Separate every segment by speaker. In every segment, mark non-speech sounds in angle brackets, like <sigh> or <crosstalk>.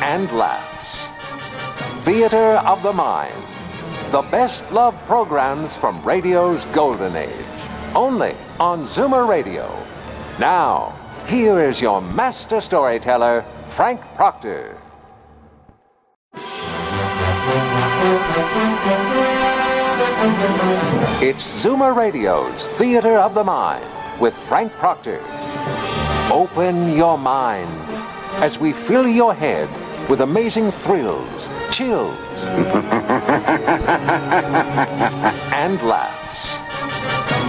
Speaker 1: and laughs. Theater of the Mind. The best love programs from radio's golden age. Only on Zoomer Radio. Now, here is your master storyteller, Frank Proctor. It's Zoomer Radio's Theater of the Mind with Frank Proctor. Open your mind as we fill your head with amazing thrills, chills, and laughs.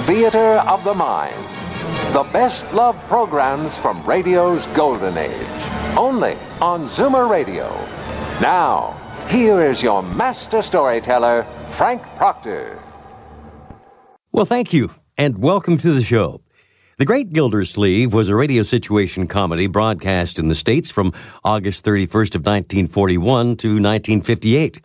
Speaker 1: Theater of the Mind. The best love programs from radio's golden age. Only on Zoomer Radio. Now, here is your master storyteller, Frank Proctor.
Speaker 2: Well, thank you, and welcome to the show. The Great Gildersleeve was a radio situation comedy broadcast in the States from August 31st of 1941 to 1958.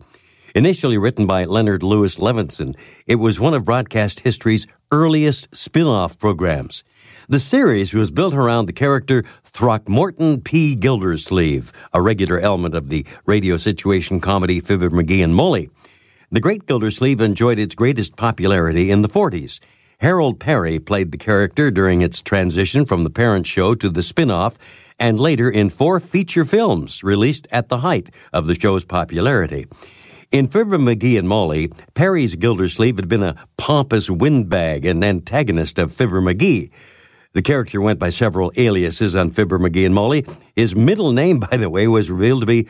Speaker 2: Initially written by Leonard Lewis Levinson, it was one of broadcast history's earliest spin-off programs. The series was built around the character Throckmorton P. Gildersleeve, a regular element of the radio situation comedy Fibber McGee and Molly. The Great Gildersleeve enjoyed its greatest popularity in the 40s. Harold Perry played the character during its transition from the parent show to the spin off, and later in four feature films released at the height of the show's popularity. In Fibber McGee and Molly, Perry's Gildersleeve had been a pompous windbag and antagonist of Fibber McGee. The character went by several aliases on Fibber McGee and Molly. His middle name, <laughs> by the way, was revealed to be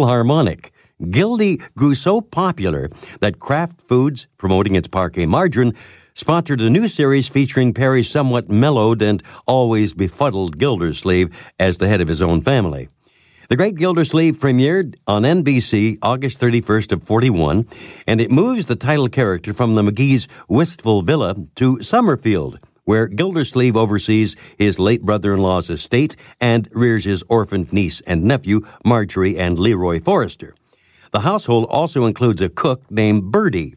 Speaker 2: Philharmonic. Gildy grew so popular that Kraft Foods, promoting its parquet margarine, sponsored a new series featuring Perry's somewhat mellowed and always befuddled Gildersleeve as the head of his own family. The Great Gildersleeve premiered on NBC August 31st of 41, and it moves the title character from the McGee's Wistful Villa to Summerfield, where Gildersleeve oversees his late brother-in-law's estate and rears his orphaned niece and nephew, Marjorie and Leroy Forrester. The household also includes a cook named Birdie.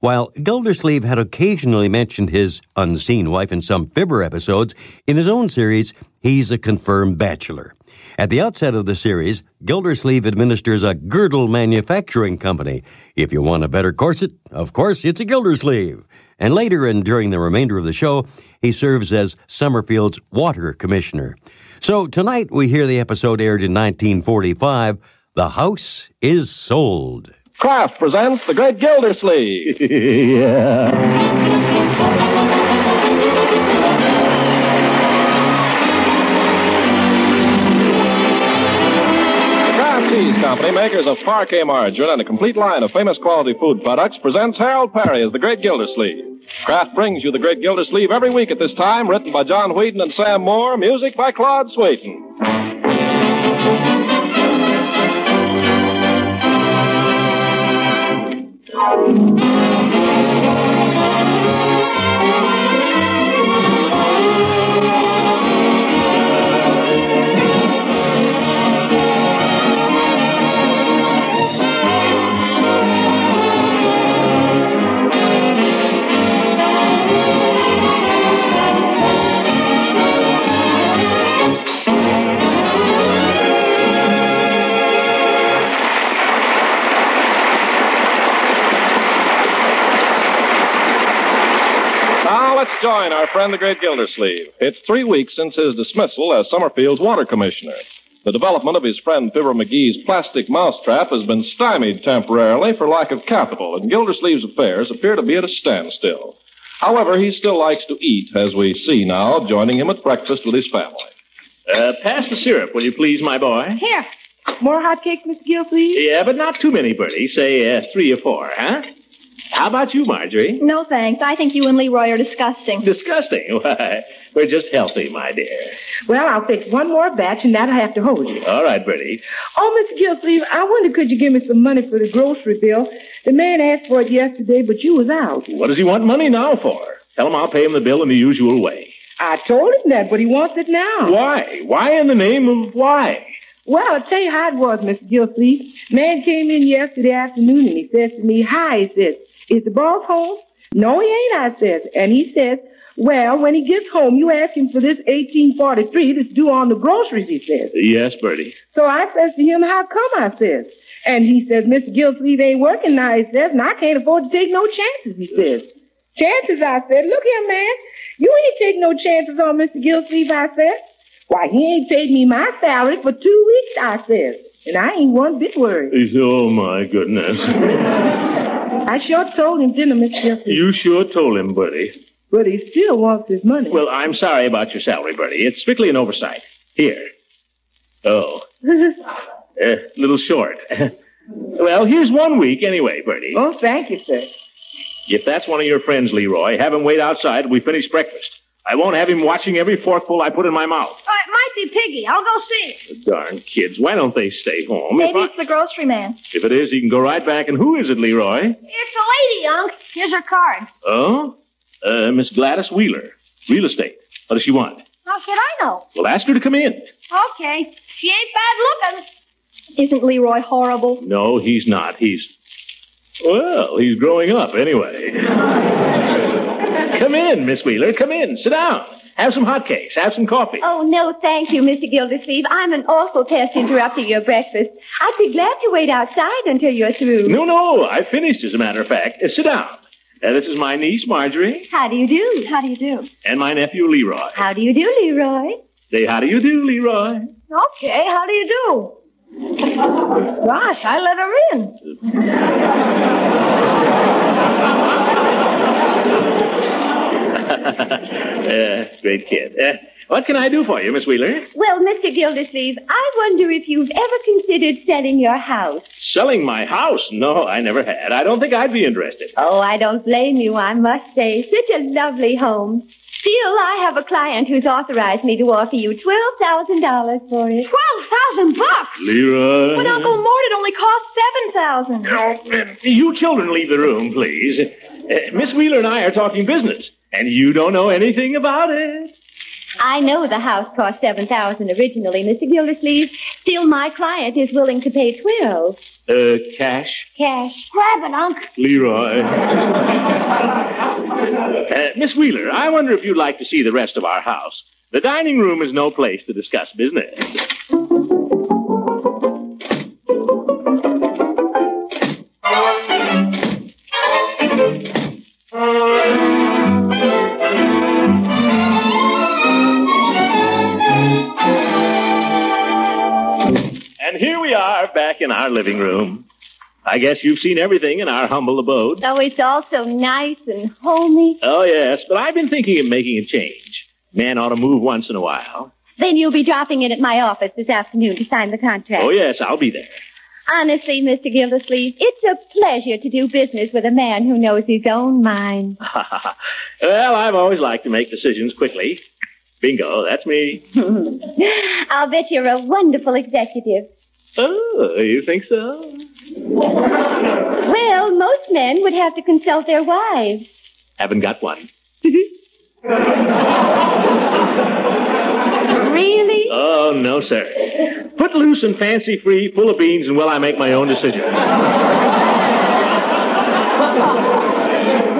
Speaker 2: While Gildersleeve had occasionally mentioned his unseen wife in some Fibber episodes, in his own series, he's a confirmed bachelor. At the outset of the series, Gildersleeve administers a girdle manufacturing company. If you want a better corset, of course, it's a Gildersleeve. And later and during the remainder of the show, he serves as Summerfield's water commissioner. So tonight we hear the episode aired in 1945 The House is Sold.
Speaker 3: Kraft presents The Great Gildersleeve. <laughs> yeah. Kraft Cheese Company, makers of parquet margarine and a complete line of famous quality food products, presents Harold Perry as The Great Gildersleeve. Kraft brings you The Great Gildersleeve every week at this time, written by John Whedon and Sam Moore, music by Claude Swayton. Now let's join our friend the great Gildersleeve. It's three weeks since his dismissal as Summerfield's water commissioner. The development of his friend Fibber McGee's plastic mousetrap has been stymied temporarily for lack of capital, and Gildersleeve's affairs appear to be at a standstill. However, he still likes to eat, as we see now, joining him at breakfast with his family.
Speaker 4: Uh, pass the syrup, will you please, my boy?
Speaker 5: Here. <laughs> More hotcakes, Miss Gill, please?
Speaker 4: Yeah, but not too many, Bertie. Say uh, three or four, huh? How about you,
Speaker 6: Mm.
Speaker 4: Marjorie?
Speaker 5: No thanks. I think you and Leroy are disgusting.
Speaker 4: Disgusting. <laughs> Why, we're just healthy, my dear.
Speaker 6: Well, I'll fix one more batch, and that'll have to hold you.
Speaker 4: All right, Bertie.
Speaker 6: Oh, Miss Gilsleeve, I wonder could you give me some money for the grocery bill? The man asked for it yesterday, but you was out.
Speaker 4: What does he want money now for? Tell him I'll pay him the bill in the usual way.
Speaker 6: I told him that, but he wants it now.
Speaker 4: Why? Why in the name of why?
Speaker 6: Well, I'll tell you how it was, Miss Gilsleeve. Man came in yesterday afternoon, and he says to me, Hi, he says, is the boss home? No, he ain't, I says. And he says, well, when he gets home, you ask him for this 1843 that's due on the groceries, he says.
Speaker 4: Yes, Bertie.
Speaker 6: So I says to him, How come? I says. And he says, Mr. Gilsleeve ain't working now, he says, and I can't afford to take no chances, he says. Chances, I said. Look here, man. You ain't take no chances on Mr. Gilsleeve, I said. Why, he ain't paid me my salary for two weeks, I says. And I ain't one bit worried.
Speaker 4: He said, Oh, my
Speaker 6: <laughs>
Speaker 4: goodness.
Speaker 6: I sure told him, didn't I, Mr. Gilsleeve?
Speaker 4: you sure told him, Bertie.
Speaker 6: But he still wants his money.
Speaker 4: Well, I'm sorry about your salary, Bertie. It's strictly an oversight. Here. Oh, a little short. <laughs> well, here's one week anyway, Bertie.
Speaker 6: oh, thank you, sir.
Speaker 4: If that's one of your friends, Leroy, have him wait outside till we finish breakfast. I won't have him watching every forkful I put in my mouth.
Speaker 5: Oh, it might be Piggy. I'll go see.
Speaker 4: Darn kids, why don't they stay home? If,
Speaker 5: Maybe
Speaker 4: I-
Speaker 5: it's the grocery man.
Speaker 4: if it is, he can go right back. And who is it, Leroy?
Speaker 5: It's a lady, Unc. Here's her card.
Speaker 4: Oh? Uh, Miss Gladys Wheeler, real estate. What does she want?
Speaker 5: How should I know?
Speaker 4: Well, ask her to come in.
Speaker 5: Okay. She ain't bad looking. Isn't Leroy horrible?
Speaker 4: No, he's not. He's. Well, he's growing up anyway. <laughs> come in, Miss Wheeler. Come in. Sit down. Have some hotcakes. Have some coffee.
Speaker 5: Oh, no, thank you, Mr. Gildersleeve. I'm an awful pest interrupting your breakfast. I'd be glad to wait outside until you're through.
Speaker 4: No, no. I finished, as a matter of fact. Uh, sit down. Uh, this is my niece, Marjorie,
Speaker 5: How do you do? How do you do?
Speaker 4: and my nephew, Leroy.
Speaker 5: How do you do, Leroy?
Speaker 4: Say, how do you do, Leroy? <laughs>
Speaker 5: Okay, how do you do? Gosh, I let her in.
Speaker 4: Uh, great kid. Uh, what can I do for you, Miss Wheeler?
Speaker 5: Well, Mr. Gildersleeve, I wonder if you've ever considered selling your house.
Speaker 4: Selling my house? No, I never had. I don't think I'd be interested.
Speaker 5: Oh, I don't blame you, I must say. Such a lovely home. Still, I have a client who's authorized me to offer you $12,000 for it. 12000 bucks?
Speaker 4: Leroy.
Speaker 5: Mort, it only cost 7000
Speaker 4: Oh, uh, you children leave the room, please. Uh, Miss Wheeler and I are talking business, and you don't know anything about it.
Speaker 5: I know the house cost 7000 originally, Mr. Gildersleeve. Still, my client is willing to pay 12
Speaker 4: Uh, cash,
Speaker 5: Cash. Grab it, Unc.
Speaker 4: Leroy. uh, Miss Wheeler, I wonder if you'd like to see the rest of our house. The dining room is no place to discuss business. And here we are back in our living room. I guess you've seen everything in our humble abode.
Speaker 5: So it's all so nice and homey.
Speaker 4: Oh, yes, but I've been thinking of making a change. Man ought to move once in a while.
Speaker 5: Then you'll be dropping in at my office this afternoon to sign the contract.
Speaker 4: Oh, yes, I'll be there. <laughs>
Speaker 5: Honestly, Mr. Gildersleeve, it's a pleasure to do business with a man who knows his own mind. <laughs>
Speaker 4: well, I've always liked to make decisions quickly. Bingo, that's me.
Speaker 5: I'll bet you're a wonderful executive.
Speaker 4: Oh, you think so?
Speaker 5: Well, most men would have to consult their wives.
Speaker 4: Haven't got one.
Speaker 5: Really?
Speaker 4: Oh, no, sir. Put loose and fancy free, full of beans, and well, I make my own decision.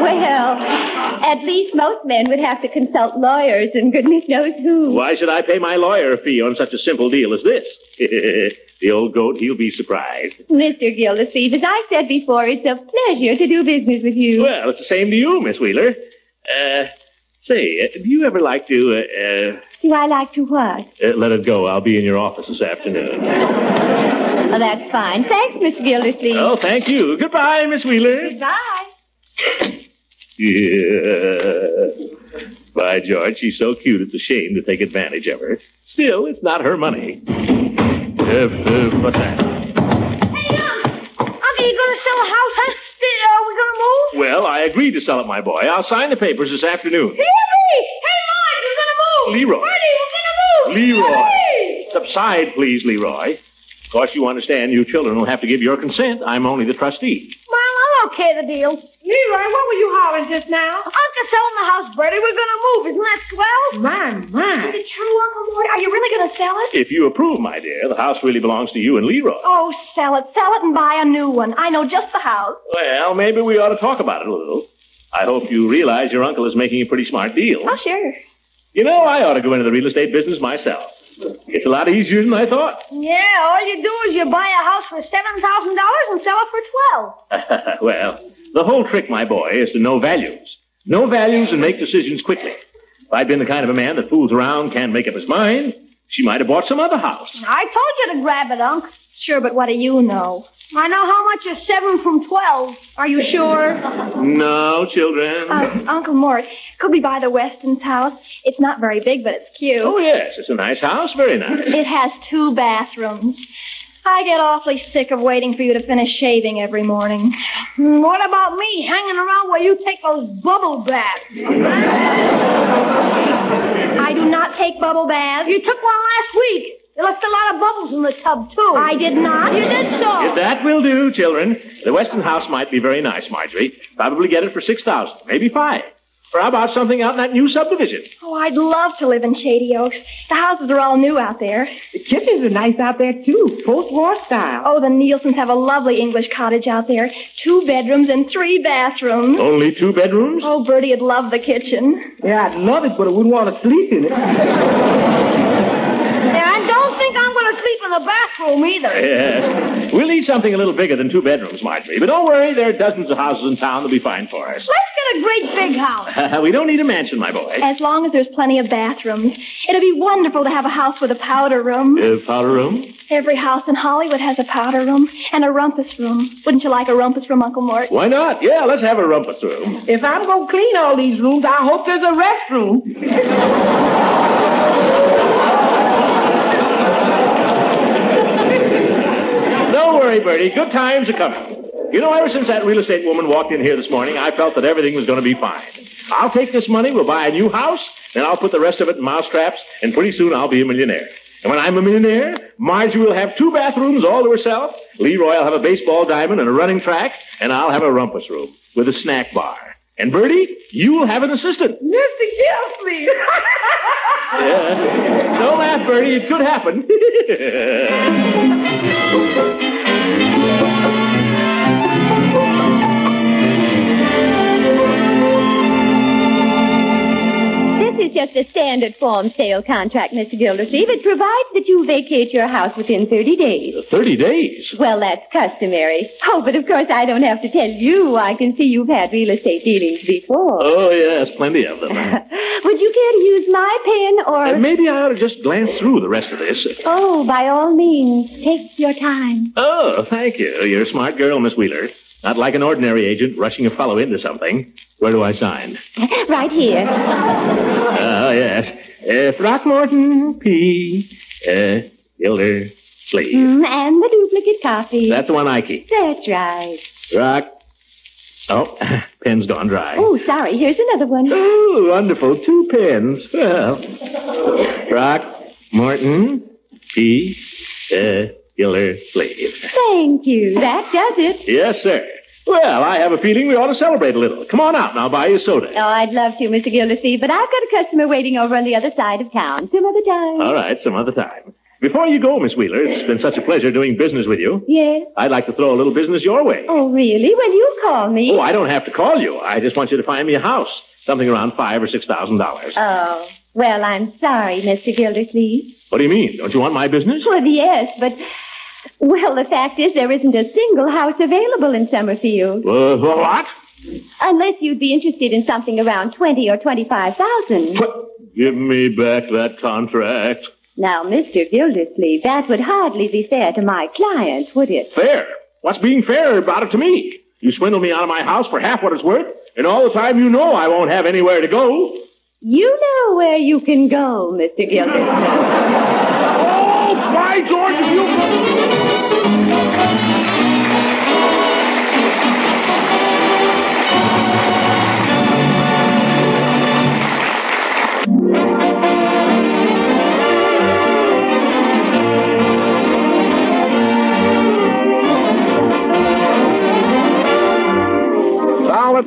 Speaker 5: Well, at least most men would have to consult lawyers and goodness knows who.
Speaker 4: Why should I pay my lawyer fee on such a simple deal as this? <laughs> the old goat, he'll be surprised.
Speaker 5: Mr. Gildersleeve, as I said before, it's a pleasure to do business with you.
Speaker 4: Well, it's the same to you, Miss Wheeler. Uh, say, uh, do you ever like to
Speaker 5: Do I like to what?
Speaker 4: uh, uh, uh, let it go? I'll be in your office this afternoon.
Speaker 5: Oh, that's fine. Thanks, Mr. Gildersleeve.
Speaker 4: Oh, thank you. Goodbye, Miss Wheeler.
Speaker 5: Goodbye.
Speaker 4: Yeah. By George, she's so cute it's a shame to take advantage of her. Still, it's not her money. Uh, uh, what's that?
Speaker 5: um, Hey, Unc. Unc, are you going to sell a house? Huh? Are uh, we going to move?
Speaker 4: Well, I agreed to sell it, my boy. I'll sign the papers this afternoon.
Speaker 5: Leroy! Hey, Marge, we're gonna move!
Speaker 4: Leroy.
Speaker 5: Marty, we're gonna move!
Speaker 4: Leroy.
Speaker 5: Hey!
Speaker 4: Subside, please, Leroy. Of course, you understand you children will have to give your consent. I'm only the trustee.
Speaker 7: Mom, I'll okay the deal.
Speaker 6: Leroy, what were you hollering just now?
Speaker 7: Uncle selling the house, Bertie. We're gonna move. Isn't that swell?
Speaker 6: My,
Speaker 5: Is
Speaker 6: my.
Speaker 5: it true, Uncle Mort? Are you really gonna sell it?
Speaker 4: If you approve, my dear, the house really belongs to you and Leroy.
Speaker 7: Oh, sell it, sell it, and buy a new one. I know just the house.
Speaker 4: Well, maybe we ought to talk about it a little. I hope you realize your uncle is making a pretty smart deal.
Speaker 5: Oh, sure.
Speaker 4: You know, I ought to go into the real estate business myself. It's a lot easier than I thought. <laughs>
Speaker 7: Yeah, all you do is you buy a house for seven thousand dollars and sell it for twelve.
Speaker 4: well, the whole trick, my boy, is to know values. Know values and make decisions quickly. If I'd been the kind of a man that fools around, can't make up his mind, she might have bought some other house.
Speaker 7: I told you to grab it, Unc. Sure, but what do you know? I know how much is seven from twelve. Are you sure?
Speaker 4: No, children.
Speaker 7: Uh, Uncle Mort, could we buy the Weston's house? It's not very big, but it's cute.
Speaker 4: oh, yes, it's a nice house, very nice.
Speaker 7: It has two bathrooms. I get awfully sick of waiting for you to finish shaving every morning. What about me hanging around while you take those bubble baths? <laughs> I do not take bubble baths. You took one last week. You left a lot of bubbles in the tub, too. I did not. <laughs> You did so.
Speaker 4: That will do, children. The Weston house might be very nice, Marjorie. Probably get it for six thousand, maybe five. Or how about something out in that new subdivision?
Speaker 7: Oh, I'd love to live in Shady Oaks. The houses are all new out there.
Speaker 6: The kitchens are nice out there, too. Post-war style.
Speaker 7: Oh, the Nielsens have a lovely English cottage out there. Two bedrooms and three bathrooms.
Speaker 4: Only two bedrooms?
Speaker 7: Oh, Bertie'd love the kitchen.
Speaker 6: Yeah, I'd love it, but I wouldn't want to sleep in it.
Speaker 7: Yeah, I don't think I'm going to sleep in the bathroom either.
Speaker 4: Yes. We'll need something a little bigger than two bedrooms, Marjorie. But don't worry, there are dozens of houses in town that'll be fine for us. <laughs>
Speaker 7: Let's get a great big house.
Speaker 4: we don't need a mansion, my boy.
Speaker 7: As long as there's plenty of bathrooms. It'll be wonderful to have a house with a powder room.
Speaker 4: Uh, powder room?
Speaker 7: Every house in Hollywood has a powder room and a rumpus room. Wouldn't you like a rumpus room, Uncle Mort?
Speaker 4: Why not? Yeah, let's have a rumpus room.
Speaker 6: If I'm going to clean all these rooms, I hope there's a restroom.
Speaker 4: Don't worry, Bertie. Good times are coming. You know, ever since that real estate woman walked in here this morning, I felt that everything was going to be fine. I'll take this money, we'll buy a new house, then I'll put the rest of it in mousetraps, and pretty soon I'll be a millionaire. And when I'm a millionaire, Margie will have two bathrooms all to herself, Leroy will have a baseball diamond and a running track, and I'll have a rumpus room with a snack bar. And Bertie, you'll have an assistant.
Speaker 6: Mr. Gilfrey.
Speaker 4: Yeah. Don't laugh, Bertie. It could happen. <laughs>
Speaker 5: This is just a standard form sale contract, Mr. Gildersleeve. It provides that you vacate your house within 30 days.
Speaker 4: Thirty days.
Speaker 5: Well, that's customary. Oh, but of course I don't have to tell you. I can see you've had real estate dealings before.
Speaker 4: Oh yes, plenty of them.
Speaker 5: Would you care to use my pen or...
Speaker 4: Uh, maybe I ought to just glance through the rest of this.
Speaker 5: Oh, by all means, take your time.
Speaker 4: Oh, thank you. You're a smart girl, Miss Wheeler. Not like an ordinary agent rushing a fellow into something. Where do I sign?
Speaker 5: Right here.
Speaker 4: Oh, yes. Uh, Throckmorton P. Uh, Gilder Sleeve.
Speaker 5: Mm, And the duplicate copy.
Speaker 4: That's the one I keep.
Speaker 5: That's right.
Speaker 4: Rock. Oh, <laughs> pen's gone dry.
Speaker 5: Oh, sorry. Here's another one.
Speaker 4: Oh, wonderful. Two pins. Well, Rock, Morton, P, uh, Hiller, Slade.
Speaker 5: Thank you. That does it.
Speaker 4: Yes, sir. Well, I have a feeling we ought to celebrate a little. Come on out and I'll buy you a soda.
Speaker 5: Oh, I'd love to, Mr. Gildersleeve, but I've got a customer waiting over on the other side of town. Some other time.
Speaker 4: All right, some other time. Before you go, Miss Wheeler, it's been such a pleasure doing business with you.
Speaker 5: Yes?
Speaker 4: I'd like to throw a little business your way.
Speaker 5: Oh, really? Well, you call me.
Speaker 4: Oh, I don't have to call you. I just want you to find me a house. Something around five or six thousand dollars.
Speaker 5: Oh, well, I'm sorry, Mr. Gildersleeve.
Speaker 4: What do you mean? Don't you want my business?
Speaker 5: Well, yes, but... Well, the fact is there isn't a single house available in Summerfield.
Speaker 4: Uh, what?
Speaker 5: Unless you'd be interested in something around 20 or 25,000.
Speaker 4: Put- Give me back that contract.
Speaker 5: Now, Mr. Gildersleeve, that would hardly be fair to my client, would it?
Speaker 4: Fair? What's being fair about it to me? You swindled me out of my house for half what it's worth, and all the time you know I won't have anywhere to go.
Speaker 5: You know where you can go, Mr. Gildersleeve.
Speaker 4: <laughs> Oh, by George, if you...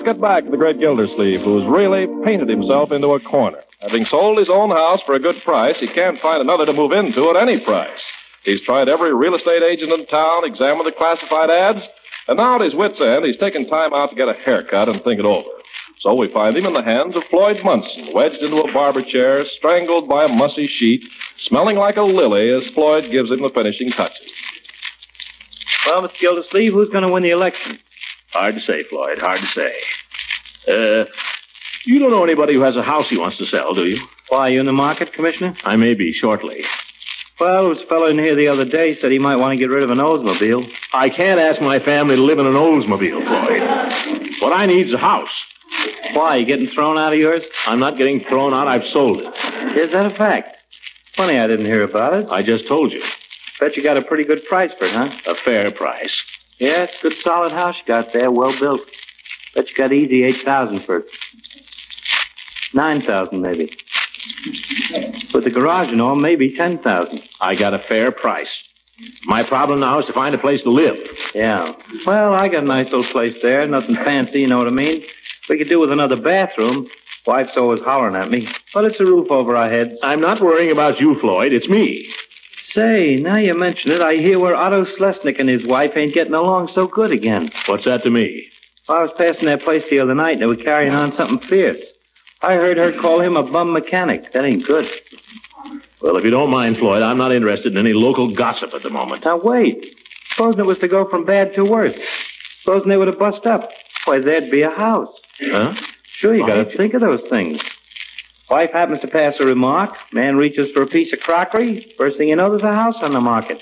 Speaker 3: get back to the great Gildersleeve, who's really painted himself into a corner. Having sold his own house for a good price, he can't find another to move into at any price. He's tried every real estate agent in town, examined the classified ads, and now at his wits' end, he's taken time out to get a haircut and think it over. So we find him in the hands of Floyd Munson, wedged into a barber chair, strangled by a mussy sheet, smelling like a lily as Floyd gives him the finishing touches.
Speaker 4: Well, Mr. Gildersleeve, who's going to win the election? Hard to say, Floyd. Hard to say. Uh, you don't know anybody who has a house he wants to sell, do you?
Speaker 8: Why, are you in the market, Commissioner?
Speaker 4: I may be shortly.
Speaker 8: Well, this fellow in here the other day said he might want to get rid of an Oldsmobile.
Speaker 4: I can't ask my family to live in an Oldsmobile, Floyd. What I need is a house.
Speaker 8: Why, you getting thrown out of yours?
Speaker 4: I'm not getting thrown out. I've sold it.
Speaker 8: Is that a fact? Funny I didn't hear about it.
Speaker 4: I just told you.
Speaker 8: Bet you got a pretty good price for it, huh?
Speaker 4: A fair price.
Speaker 8: Yeah, it's a good solid house you got there, well built. Bet you got easy 8000 for it. 9000 maybe. With the garage and all, maybe 10000
Speaker 4: I got a fair price. My problem now is to find a place to live.
Speaker 8: Yeah. Well, I got a nice little place there. Nothing fancy, you know what I mean? We could do with another bathroom. Wife's always hollering at me. But it's a roof over our heads.
Speaker 4: I'm not worrying about you, Floyd. It's me.
Speaker 8: Say, now you mention it, I hear where Otto Slesnick and his wife ain't getting along so good again.
Speaker 4: What's that to me?
Speaker 8: I was passing that place the other night and they were carrying on something fierce. I heard her call him a bum mechanic. That ain't good.
Speaker 4: Well, if you don't mind, Floyd, I'm not interested in any local gossip at the moment.
Speaker 8: Now wait. Supposing it was to go from bad to worse. Supposing they were to bust up. Why, there'd be a house.
Speaker 4: Huh?
Speaker 8: Sure, you
Speaker 4: Oh,
Speaker 8: gotta
Speaker 4: yeah.
Speaker 8: think of those things. Wife happens to pass a remark. Man reaches for a piece of crockery. First thing you know, there's a house on the market.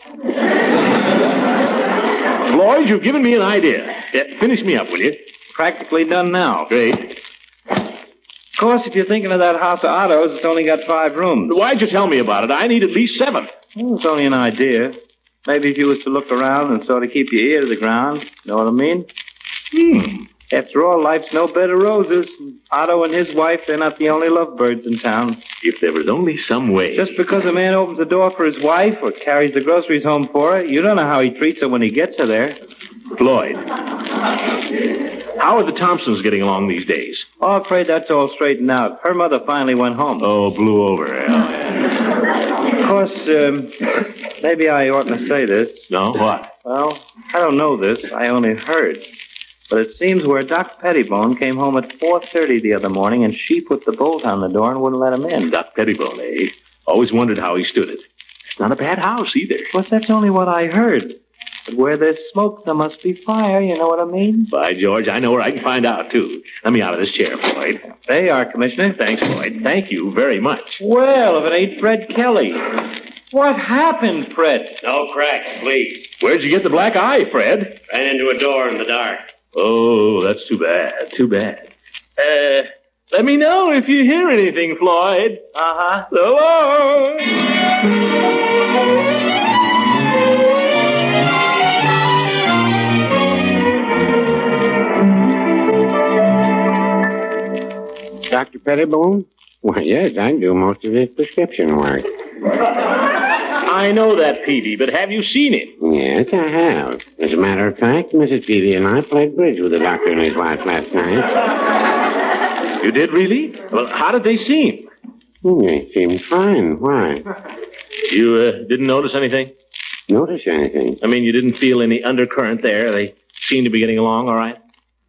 Speaker 4: Floyd, you've given me an idea. Yeah, finish me up, will you?
Speaker 8: Practically done now. Of
Speaker 4: Great.
Speaker 8: course, if you're thinking of that house of Otto's, it's only got five rooms.
Speaker 4: Why'd you tell me about it? I need at least seven.
Speaker 8: Well, It's only an idea. Maybe if you was to look around and sort of keep your ear to the ground, know what I mean?
Speaker 4: Hmm.
Speaker 8: After all, life's no bed of roses. Otto and his wife, they're not the only lovebirds in town.
Speaker 4: If there was only some way.
Speaker 8: Just because a man opens the door for his wife or carries the groceries home for her, you don't know how he treats her when he gets her there.
Speaker 4: Floyd. How are the Thompsons getting along these days?
Speaker 8: Oh, I'm afraid that's all straightened out. Her mother finally went home.
Speaker 4: Oh, blew over. Yeah.
Speaker 8: Of course, um, maybe I oughtn't to say this.
Speaker 4: No, what?
Speaker 8: Well, I don't know this. I only heard. But it seems where Doc Pettibone came home at 4.30 the other morning, and she put the bolt on the door and wouldn't let him in.
Speaker 4: Doc Pettibone, eh? Always wondered how he stood it. It's not a bad house either.
Speaker 8: Of course, that's only what I heard. But where there's smoke, there must be fire. You know what I mean?
Speaker 4: By George, I know where I can find out, too. Let me out of this chair, Floyd.
Speaker 8: There you are, Commissioner.
Speaker 4: Thanks, Floyd. Thank you very much.
Speaker 8: Well, if it ain't Fred Kelly. What happened, Fred?
Speaker 9: No crack, please.
Speaker 4: Where'd you get the black eye, Fred?
Speaker 9: Ran into a door in the dark.
Speaker 4: Oh, that's too bad. Too bad. Uh, let me know if you hear anything, Floyd.
Speaker 8: Uh-huh.
Speaker 4: So long.
Speaker 10: Dr. Pettibone? Well, yes, I do most of his prescription work.
Speaker 4: I know that, Peavy, but have you seen him?
Speaker 10: Yes, I have. As a matter of fact, Mrs. Peavy and I played bridge with the doctor and his wife last night.
Speaker 4: You did, really? Well, how did they seem?
Speaker 10: Hmm, They seemed fine. Why?
Speaker 4: You uh, didn't notice anything?
Speaker 10: Notice anything?
Speaker 4: I mean, you didn't feel any undercurrent there. They seemed to be getting along all right.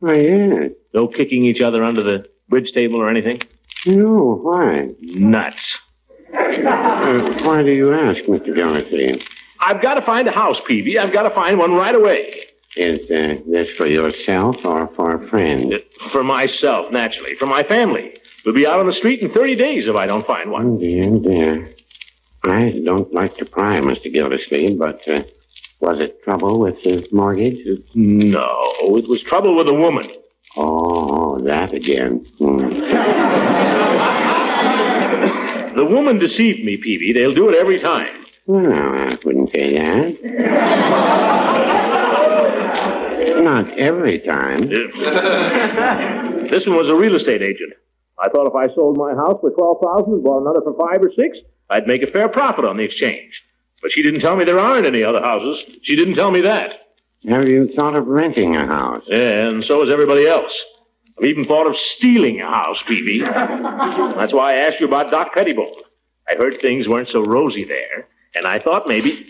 Speaker 10: Oh, yes.
Speaker 4: No kicking each other under the bridge table or anything?
Speaker 10: No, why?
Speaker 4: Nuts.
Speaker 10: Uh, why do you ask, Mr. Gildersleeve?
Speaker 4: I've got to find a house, Peavy. I've got to find one right away.
Speaker 10: Is uh, this for yourself or for a friend?
Speaker 4: For myself, naturally. For my family. We'll be out on the street in 30 days if I don't find one.
Speaker 10: Oh, dear, dear. I don't like to pry, Mr. Gildersleeve, but uh, was it trouble with his mortgage?
Speaker 4: No, it was trouble with a woman.
Speaker 10: Oh, that again. Hmm.
Speaker 4: The woman deceived me, Peavy. They'll do it every time.
Speaker 10: Well, I wouldn't say that. Not every time.
Speaker 4: this one was a real estate agent. I thought if I sold my house for 12000 and bought another for five or six, I'd make a fair profit on the exchange. But she didn't tell me there aren't any other houses. She didn't tell me that.
Speaker 10: Have you thought of renting a house?
Speaker 4: And so has everybody else. I've even thought of stealing a house, Peavy. <laughs> That's why I asked you about Doc Pettibone. I heard things weren't so rosy there, and I thought maybe.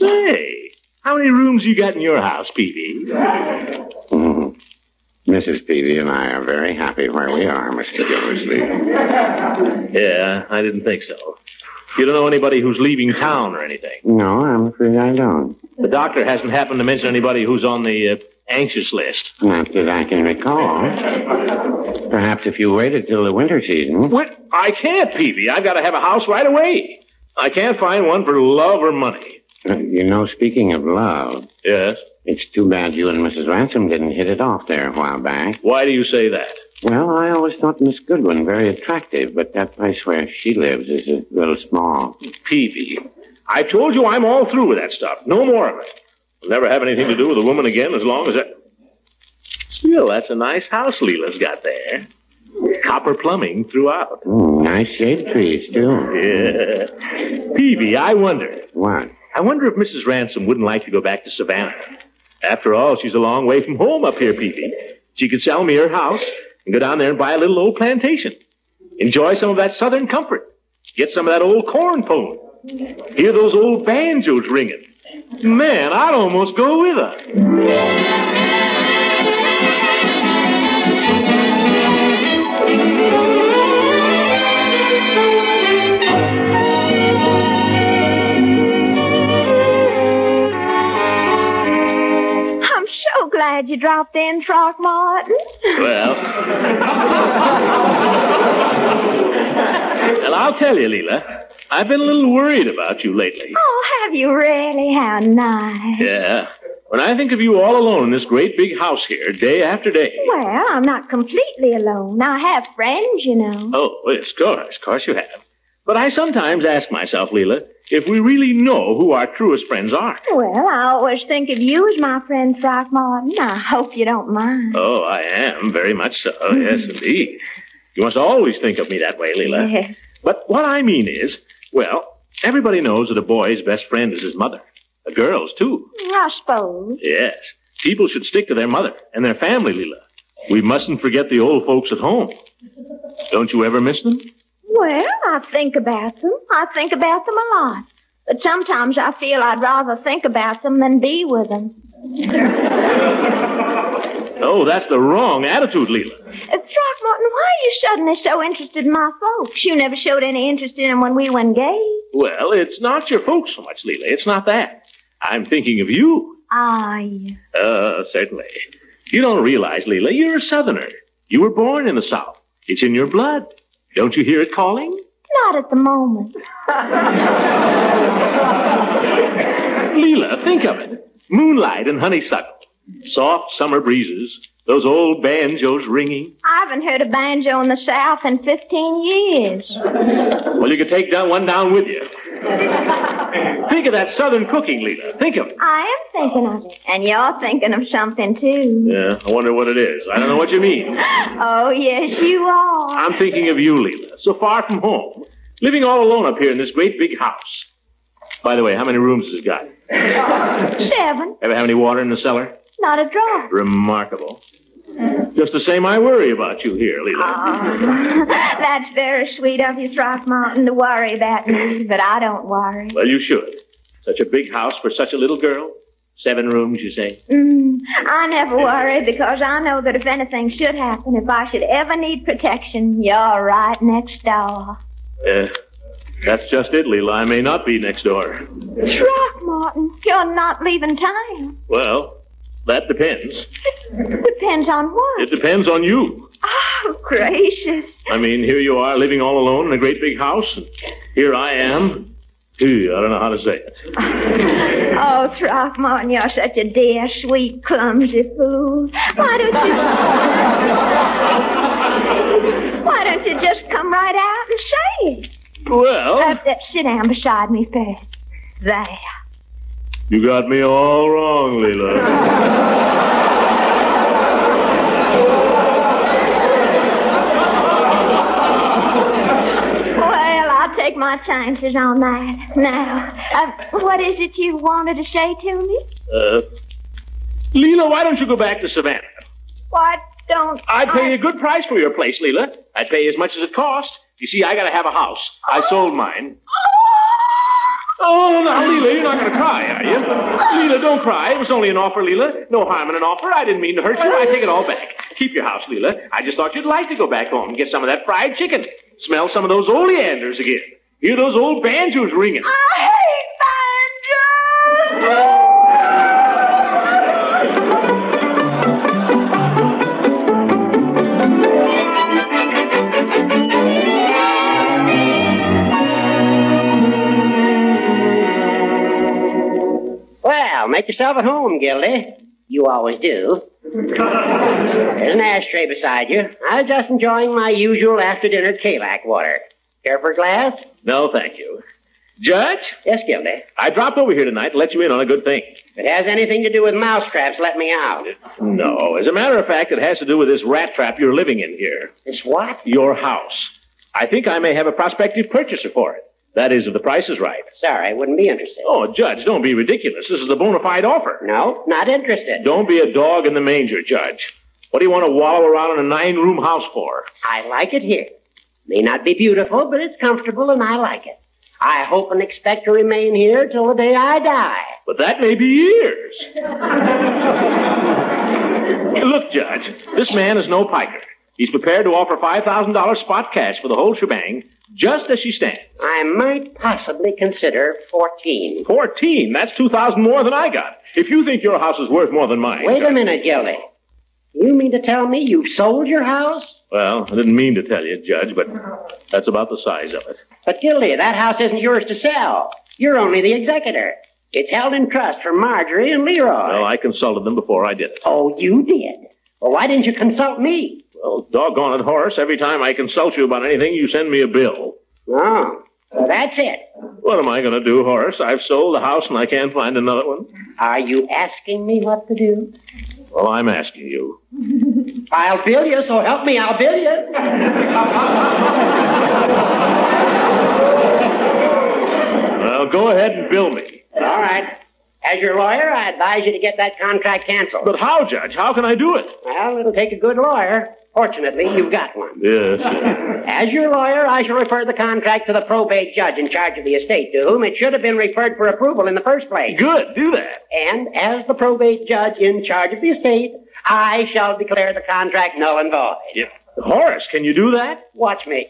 Speaker 4: Say, how many rooms you got in your house, Peavy?
Speaker 10: Mrs. Peavy and I are very happy where we are, Mr. Gildersleeve.
Speaker 4: Yeah, I didn't think so. You don't know anybody who's leaving town or anything.
Speaker 10: No, I'm afraid I don't.
Speaker 4: The doctor hasn't happened to mention anybody who's on the uh, anxious list.
Speaker 10: Not that I can recall. Perhaps if you waited till the winter season.
Speaker 4: What? I can't, Peavy. I've got to have a house right away. I can't find one for love or money.
Speaker 10: You know, speaking of love.
Speaker 4: Yes?
Speaker 10: It's too bad you and Mrs. Ransom didn't hit it off there a while back.
Speaker 4: Why do you say that?
Speaker 10: Well, I always thought Miss Goodwin very attractive, but that place where she lives is a little small.
Speaker 4: Peavy, I told you I'm all through with that stuff. No more of it. I'll never have anything to do with a woman again as long as I. Still, that's a nice house Leela's got there. Copper plumbing throughout.
Speaker 10: Mm, nice shade trees, too.
Speaker 4: Yeah. Peavy, I wonder.
Speaker 10: What?
Speaker 4: I wonder if Mrs. Ransom wouldn't like to go back to Savannah. After all, she's a long way from home up here, Peavy. She could sell me her house and go down there and buy a little old plantation. Enjoy some of that southern comfort. Get some of that old corn pone. Hear those old banjos ringing. Man, I'd almost go with her.
Speaker 11: I'm so glad you dropped in, Throckmorton.
Speaker 4: Well. and I'll tell you, Leela, I've been a little worried about you lately.
Speaker 11: Oh, have you really? How nice.
Speaker 4: <laughs> Yeah. When I think of you all alone in this great big house here, day after day.
Speaker 11: Well, I'm not completely alone. I have friends, you know.
Speaker 4: Oh, yes, of course. Of course you have. But I sometimes ask myself, Leela, if we really know who our truest friends are.
Speaker 11: Well, I always think of you as my friend, Throckmorton. I hope you don't mind.
Speaker 4: Oh, I am, very much so. Yes, indeed. You must always think of me that way, Leela.
Speaker 11: Yes.
Speaker 4: But what I mean is, well, everybody knows that a boy's best friend is his mother. A girl's, too.
Speaker 11: I suppose.
Speaker 4: Yes. People should stick to their mother and their family, Leela. We mustn't forget the old folks at home. Don't you ever miss them?
Speaker 11: Well, I think about them. I think about them a lot. But sometimes I feel I'd rather think about them than be with them.
Speaker 4: Oh, that's the wrong attitude, Leela.
Speaker 11: Uh, Throckmorton, why are you suddenly so interested in my folks? You never showed any interest in them when we were engaged.
Speaker 4: Well, it's not your folks so much, Leela. It's not that. I'm thinking of you.
Speaker 11: Ah, you.
Speaker 4: Uh, certainly. You don't realize, Leela, you're a Southerner. You were born in the South. It's in your blood. Don't you hear it calling?
Speaker 11: Not at the moment.
Speaker 4: Leela, think of it. Moonlight and honeysuckle. Soft summer breezes. Those old banjos ringing.
Speaker 11: I haven't heard a banjo in the South in 15 years.
Speaker 4: Well, you could take down one down with you. think of that Southern cooking, Leela. Think of it.
Speaker 11: I am thinking of it. And you're thinking of something, too.
Speaker 4: Yeah, I wonder what it is. I don't know what you mean.
Speaker 11: <laughs> Oh, yes, you are. <laughs>
Speaker 4: I'm thinking of you, Leela. So far from home. Living all alone up here in this great big house. By the way, how many rooms has it got?
Speaker 11: Seven.
Speaker 4: Ever have any water in the cellar?
Speaker 11: Not a drop.
Speaker 4: Remarkable. Just the same, I worry about you here, Leela.
Speaker 11: That's very sweet of you, Throckmorton, to worry about me, but I don't worry.
Speaker 4: Well, you should. Such a big house for such a little girl. Seven rooms, you say?
Speaker 11: Mm, I never worry because I know that if anything should happen, if I should ever need protection, you're right next door.
Speaker 4: Uh, that's just it, Leela. I may not be next door.
Speaker 11: Throckmorton, you're not leaving town.
Speaker 4: Well, that depends.
Speaker 11: Depends on what.
Speaker 4: It depends on you.
Speaker 11: Oh, gracious.
Speaker 4: I mean, here you are living all alone in a great big house, and here I am. Gee, I don't know how to say it.
Speaker 11: Oh, Throckmorton, you're such a dear, sweet, clumsy fool. Why don't you? <laughs> Why don't you just come right out and say it?
Speaker 4: Well,
Speaker 11: Uh, uh, sit down beside me first. There.
Speaker 4: you got me all wrong, Leela. <laughs>
Speaker 11: Well, I'll take my chances on that. Now, uh, what is it you wanted to say to me?
Speaker 4: Uh, Leela, why don't you go back to Savannah?
Speaker 11: What?
Speaker 7: Don't.
Speaker 4: I'd pay you a good price for your place, Leela. I'd pay you as much as it cost. You see, I gotta have a house. I sold mine. Oh, now, Leela, you're not gonna cry, are you? Leela, don't cry. It was only an offer, Leela. No harm in an offer. I didn't mean to hurt you. I take it all back. Keep your house, Leela. I just thought you'd like to go back home and get some of that fried chicken. Smell some of those oleanders again. Hear those old banjos ringing.
Speaker 12: Well, make yourself at home, Gildy. You always do. There's an ashtray beside you. I was just enjoying my usual after dinner Kalak water. Care for a glass?
Speaker 4: No, thank you. Judge?
Speaker 12: Yes, Gildy.
Speaker 4: I dropped over here tonight to let you in on a good thing.
Speaker 12: If it has anything to do with mousetraps, let me out.
Speaker 4: No, as a matter of fact, it has to do with this rat trap you're living in here.
Speaker 12: It's what?
Speaker 4: Your house. I think I may have a prospective purchaser for it. That is, if the price is right.
Speaker 12: Sorry, I wouldn't be interested.
Speaker 4: Oh, Judge, don't be ridiculous. This is a bona fide offer.
Speaker 12: No, not interested.
Speaker 4: Don't be a dog in the manger, Judge. What do you want to wallow around in a nine room house for?
Speaker 12: I like it here. May not be beautiful, but it's comfortable and I like it. I hope and expect to remain here till the day I die.
Speaker 4: But that may be years.
Speaker 12: <laughs>
Speaker 4: Look, Judge, this man is no piker. He's prepared to offer $5,000 spot cash for the whole shebang, just as she stands.
Speaker 12: I might possibly consider 14.
Speaker 4: 14? That's 2000 more than I got. If you think your house is worth more than mine.
Speaker 12: Wait a minute, Gildy. You mean to tell me you've sold your house?
Speaker 4: Well, I didn't mean to tell you, Judge, but that's about the size of it.
Speaker 12: But Gildy, that house isn't yours to sell. You're only the executor. It's held in trust for Marjorie and Leroy.
Speaker 4: Well, I consulted them before I did it.
Speaker 12: Oh, you did. Well, why didn't you consult me?
Speaker 4: Well, doggone it, Horace. Every time I consult you about anything, you send me a bill.
Speaker 12: Oh, well, that's it.
Speaker 4: What am I going to do, Horace? I've sold the house and I can't find another one.
Speaker 12: Are you asking me what to do?
Speaker 4: Well, I'm asking you.
Speaker 12: I'll bill you, so help me, I'll bill you.
Speaker 4: Well, go ahead and bill me.
Speaker 12: All right. As your lawyer, I advise you to get that contract canceled.
Speaker 4: But how, Judge? How can I do it?
Speaker 12: Well, it'll take a good lawyer. Fortunately, you've got one.
Speaker 4: Yes.
Speaker 12: <laughs> As your lawyer, I shall refer the contract to the probate judge in charge of the estate, to whom it should have been referred for approval in the first place.
Speaker 4: Good, do that.
Speaker 12: And as the probate judge in charge of the estate, I shall declare the contract null and void.
Speaker 4: Yeah. Horace, can you do that? <laughs>
Speaker 12: Watch me.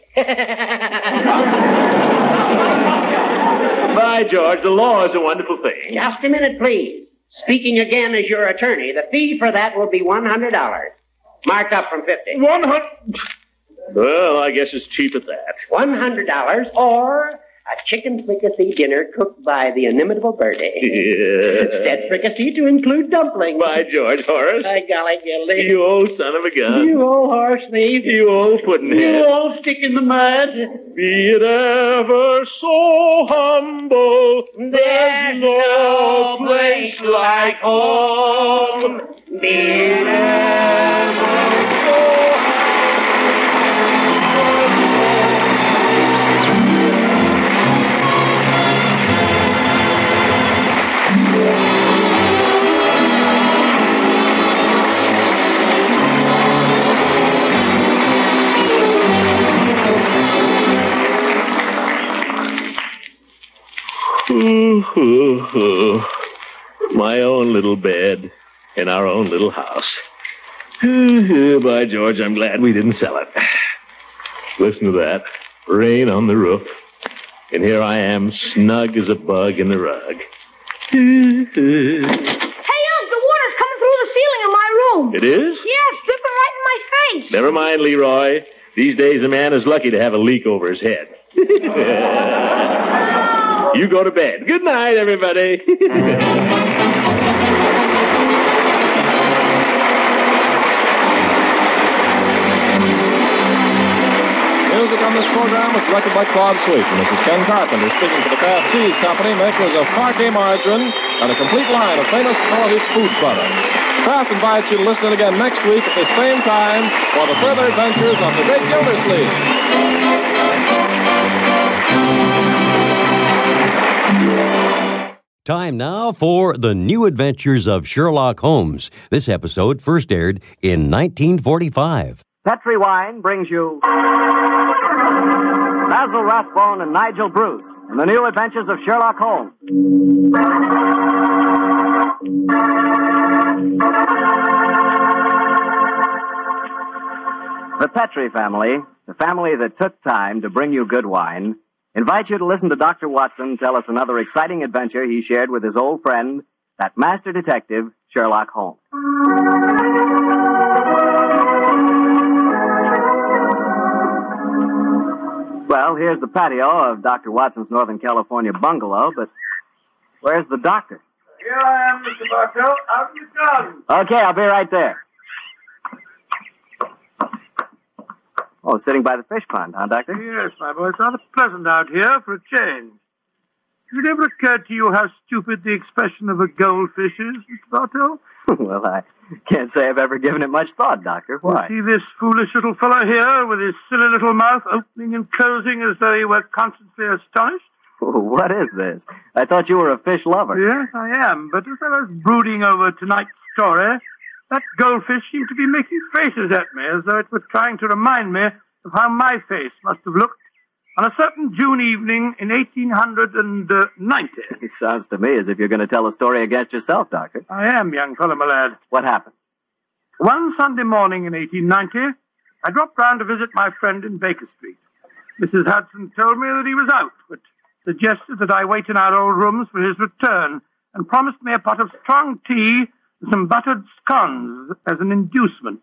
Speaker 4: By George, the law is a wonderful thing.
Speaker 12: Just a minute, please. Speaking again as your attorney, the fee for that will be $100. Marked up from 50
Speaker 4: One hundred. Well, I guess it's cheap at that.
Speaker 12: $100 or a chicken fricassee dinner cooked by the inimitable Birdie.
Speaker 4: <laughs>
Speaker 12: That's
Speaker 4: Yeah.
Speaker 12: fricassee to include dumplings.
Speaker 4: By George, Horace.
Speaker 12: By golly, Gildy.
Speaker 4: You uh, old son of a gun.
Speaker 12: You old horse thief.
Speaker 4: You old puddinghead.
Speaker 12: You old stick in the mud.
Speaker 4: Be it ever so humble,
Speaker 12: There's no place like home. Be it
Speaker 4: Ooh, ooh, ooh. My own little bed in our own little house. <sighs> Ooh, ooh, By George, I'm glad we didn't sell it. <sighs> Listen to that. Rain on the roof. And here I am, snug as a bug in the rug. <laughs> Ooh, ooh.
Speaker 7: Hey, Unc, the water's coming through the ceiling of my room.
Speaker 4: It is?
Speaker 7: Yeah, it's dripping right in my face.
Speaker 4: Never mind, Leroy. These days, a man is lucky to have a leak over his head. <laughs> you go to bed. Good night, everybody. <laughs>
Speaker 13: Music on this program was directed by Claude Sweet, and this is Ken Carpenter speaking for the Kraft Cheese Company, makers of parquet margarine and a complete line of famous quality food products. Kraft invites you to listen in again next week at the same time for the further adventures of the Great Gildersleeve.
Speaker 2: Time now for The New Adventures of Sherlock Holmes. This episode first aired in 1945.
Speaker 14: Petri Wine brings you Basil Rathbone and Nigel Bruce in the new adventures of Sherlock Holmes. The Petri family, the family that took time to bring you good wine, invite you to listen to Dr. Watson tell us another exciting adventure he shared with his old friend, that master detective, Sherlock Holmes. Well, here's the patio of Dr. Watson's Northern California bungalow, but where's the doctor?
Speaker 15: Here I am, Mr. Bartell. Out you come.
Speaker 14: Okay, I'll be right there. Oh, sitting by the fish pond, huh, Doctor?
Speaker 15: Yes, my boy. It's rather pleasant out here for a change. Has it ever occurred to you how stupid the expression of a goldfish is, Mr. <laughs> Bartell?
Speaker 14: well, I <laughs> can't say I've ever given it much thought, Doctor. Why?
Speaker 15: You see this foolish little fellow here with his silly little mouth opening and closing as though he were constantly astonished?
Speaker 14: Oh, <laughs> what is this? I thought you were a fish lover.
Speaker 15: Oh, Yes, I am. But as I was brooding over tonight's story, that goldfish seemed to be making faces at me as though it were trying to remind me of how my face must have looked on a certain June evening in 1890.
Speaker 14: It sounds to me as if you're going to tell a story against yourself, Doctor.
Speaker 15: I am, young fellow, my lad.
Speaker 14: What happened?
Speaker 15: One Sunday morning in 1890, I dropped round to visit my friend in Baker Street. Mrs. Hudson told me that he was out, but suggested that I wait in our old rooms for his return and promised me a pot of strong tea and some buttered scones as an inducement.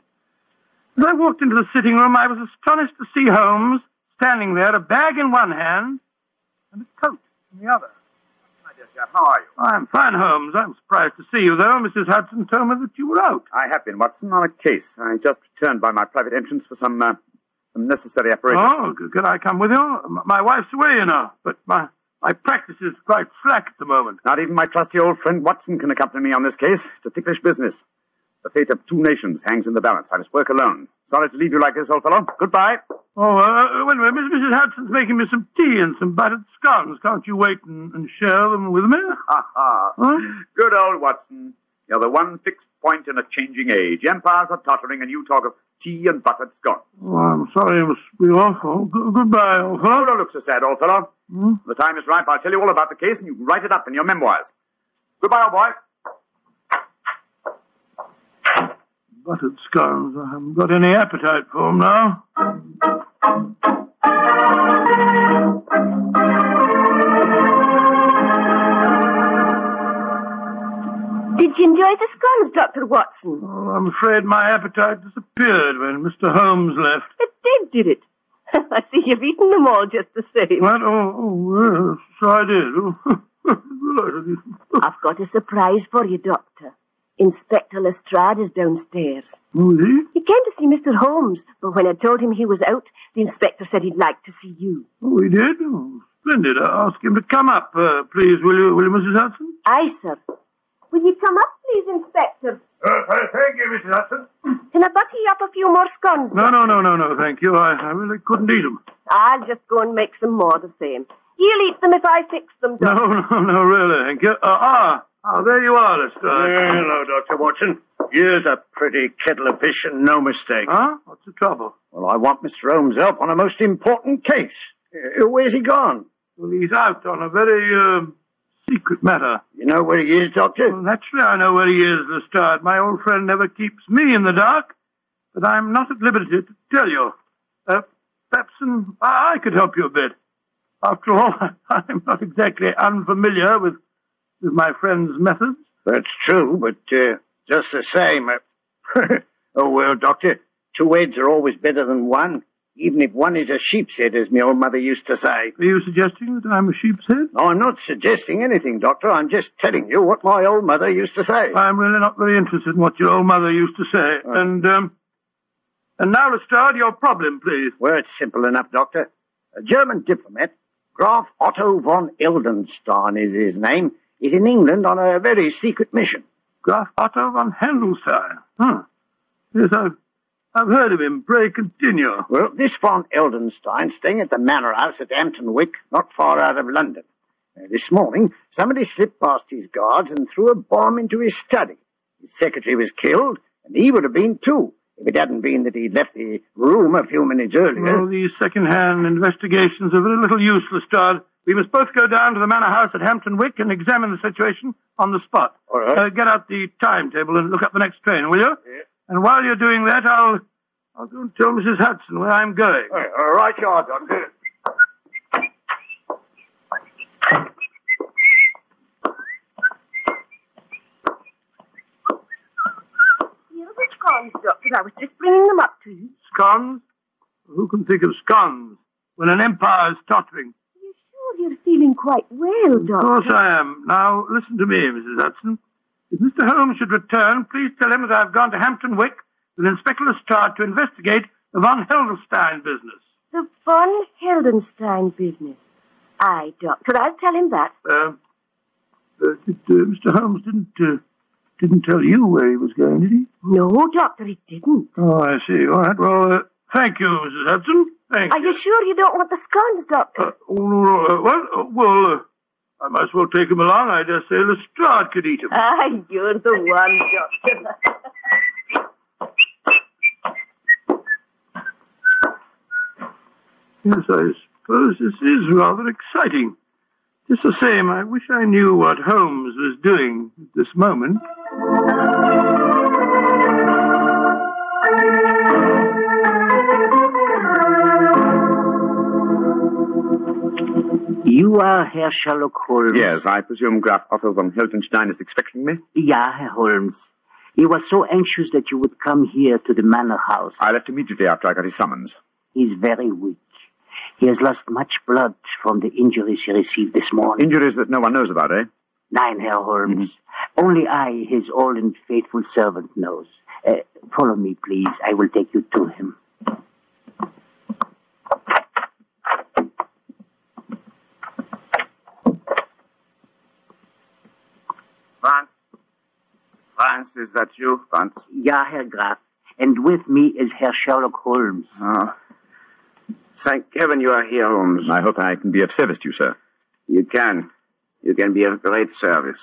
Speaker 15: As I walked into the sitting room, I was astonished to see Holmes standing there, a bag in one hand and a coat in the other.
Speaker 16: Hi there, Jeff. How are you?
Speaker 15: I'm fine, Holmes. I'm surprised to see you, though. Mrs. Hudson told me that you were out.
Speaker 16: I have been, Watson, on a case. I just returned by my private entrance for some, uh, some necessary operations.
Speaker 15: Oh, c- could I come with you? M- My wife's away, you know, but my, my practice is quite slack at the moment.
Speaker 16: Not even my trusty old friend Watson can accompany me on this case. It's a ticklish business. The fate of two nations hangs in the balance. I must work alone. Sorry to leave you like this, old fellow. Goodbye.
Speaker 15: Oh, uh, wait a minute. Miss- Mrs. Hudson's making me some tea and some buttered scones. Can't you wait and, and share them with me?
Speaker 16: Ha ha.
Speaker 15: Huh?
Speaker 16: Good old Watson. You're the one fixed point in a changing age. Empires are tottering, and you talk of tea and buttered scones.
Speaker 15: Oh, I'm sorry I must be off. Oh, g- goodbye, old
Speaker 16: Oh, don't look so sad, old fellow.
Speaker 15: Hmm?
Speaker 16: The time is ripe. I'll tell you all about the case, and you can write it up in your memoirs. Goodbye, old boy.
Speaker 15: Buttered scones. I haven't got any appetite for 'em now.
Speaker 17: Did you enjoy the scones, Dr. Watson?
Speaker 15: Well, I'm afraid my appetite disappeared when Mr. Holmes left.
Speaker 17: It did, did it? <laughs> I see you've eaten them all just the same.
Speaker 15: What? Oh, oh yes, so I did. Oh, <laughs>
Speaker 17: <laughs> I've got a surprise for you, Doctor. Inspector Lestrade is downstairs.
Speaker 15: Who oh, is
Speaker 17: He
Speaker 15: he?
Speaker 17: came to see Mr. Holmes, but when I told him he was out, the inspector said he'd like to see you.
Speaker 15: Oh, he did? Oh, splendid. I'll ask him to come up, uh, please, will you, will you, Mrs. Hudson?
Speaker 17: Aye, sir. Will you come up, please, Inspector?
Speaker 15: Uh, thank you, Mrs. Hudson.
Speaker 17: Can I butter you up a few more scones?
Speaker 15: No, no, no, no, no, thank you. I, I really couldn't eat 'em.
Speaker 17: I'll just go and make some more the same. You'll eat them if I fix them,
Speaker 15: <laughs> No,
Speaker 17: Doctor.
Speaker 15: no, no, really, thank you. Uh, ah, ah, there you are, Lestrade.
Speaker 18: Hello, Dr. Watson. Here's a pretty kettle of fish and no mistake.
Speaker 15: Huh? What's the trouble?
Speaker 18: Well, I want Mr. Holmes' help on a most important case. Uh, where's he gone?
Speaker 15: Well, he's out on a very um, secret matter.
Speaker 18: You know where he is, Doctor?
Speaker 15: Well, naturally, I know where he is, Lestrade. My old friend never keeps me in the dark, but I'm not at liberty to tell you. Uh, Pepsin, I-, I could help you a bit. After all, <laughs> I'm not exactly unfamiliar with, with my friend's methods.
Speaker 18: That's true, but uh, just the same. uh, <laughs> oh, well, Doctor, two heads are always better than one, even if one is a sheep's head, as my old mother used to say.
Speaker 15: Are you suggesting that I'm a sheep's head?
Speaker 18: No, I'm not suggesting anything, Doctor. I'm just telling you what my old mother used to say.
Speaker 15: I'm really not very interested in what your old mother used to say. And, um, and now, Lestrade, your problem, please.
Speaker 18: Well, it's simple enough, Doctor. A German diplomat, Graf Otto von Eldenstein is his name, is in England on a very secret mission.
Speaker 15: Graf Otto von Handelstein. Huh. Yes, I've, I've heard of him. Pray continue.
Speaker 18: Well, this von Eldenstein, staying at the manor house at Antonwick, not far out of London. Uh, this morning, somebody slipped past his guards and threw a bomb into his study. His secretary was killed, and he would have been too, if it hadn't been that he'd left the room a few minutes earlier.
Speaker 15: Well, these second-hand investigations are very little use, Lestrade. We must both go down to the manor house at Hampton Wick and examine the situation on the spot.
Speaker 18: All right.
Speaker 15: Uh, get out the timetable and look up the next train, will you?
Speaker 12: <laughs>
Speaker 7: <laughs>
Speaker 15: And while you're doing that, I'll I'll go and tell Mrs. Hudson where I'm going.
Speaker 18: all right, you are, Doctor.
Speaker 17: Here are the scones, Doctor. I was just bringing them up to you.
Speaker 15: Scones? Who can think of scones when an empire is tottering?
Speaker 17: Sure, you're feeling quite well,
Speaker 15: Of
Speaker 17: Doctor.
Speaker 15: course I am. Now, listen to me, Mrs. Hudson. If Mr. Holmes should return, please tell him that I've gone to Hampton Wick with Inspector Lestrade to investigate the von Heldenstein business.
Speaker 17: The von Heldenstein business. Aye, Doctor. I'll tell him that.
Speaker 15: Uh, uh, did, uh, Mr. Holmes didn't uh, didn't tell you where he was going, did he?
Speaker 17: No, Doctor, he didn't.
Speaker 15: Oh, I see. All right. Well, uh, thank you, Mrs. Hudson. Thank
Speaker 17: Are you sure you don't want the scones, Doctor?
Speaker 15: Uh, oh, no, no, uh, well, uh, well, uh, I might as well take him along. I dare say Lestrade could eat him.
Speaker 19: Uh, Ah,
Speaker 17: Aye, you're the one, Doctor.
Speaker 15: Yes, I suppose this is rather exciting. Just the same, I wish I knew what Holmes was doing at this moment.
Speaker 16: You are Herr Sherlock Holmes. Yes, I presume Graf Otto von Hildenstein is expecting me.
Speaker 20: Yeah, Herr Holmes. He was so anxious that you would come here to the manor house.
Speaker 16: I left immediately after I got his summons.
Speaker 20: He's very weak. He has lost much blood from the injuries he received this morning.
Speaker 16: Injuries that no one knows about, eh? Mm-hmm.
Speaker 20: Nein, Herr Holmes. Only I, his old and faithful servant, knows. Uh, follow me, please. I will take you to him.
Speaker 16: Franz? Franz, is that you, Franz?
Speaker 20: Yeah, Herr Graf. And with me is Herr Sherlock Holmes. <laughs>
Speaker 16: Ah. Thank heaven you are here, Holmes. I hope I can be of service to you, sir.
Speaker 21: You can. You can be of great service.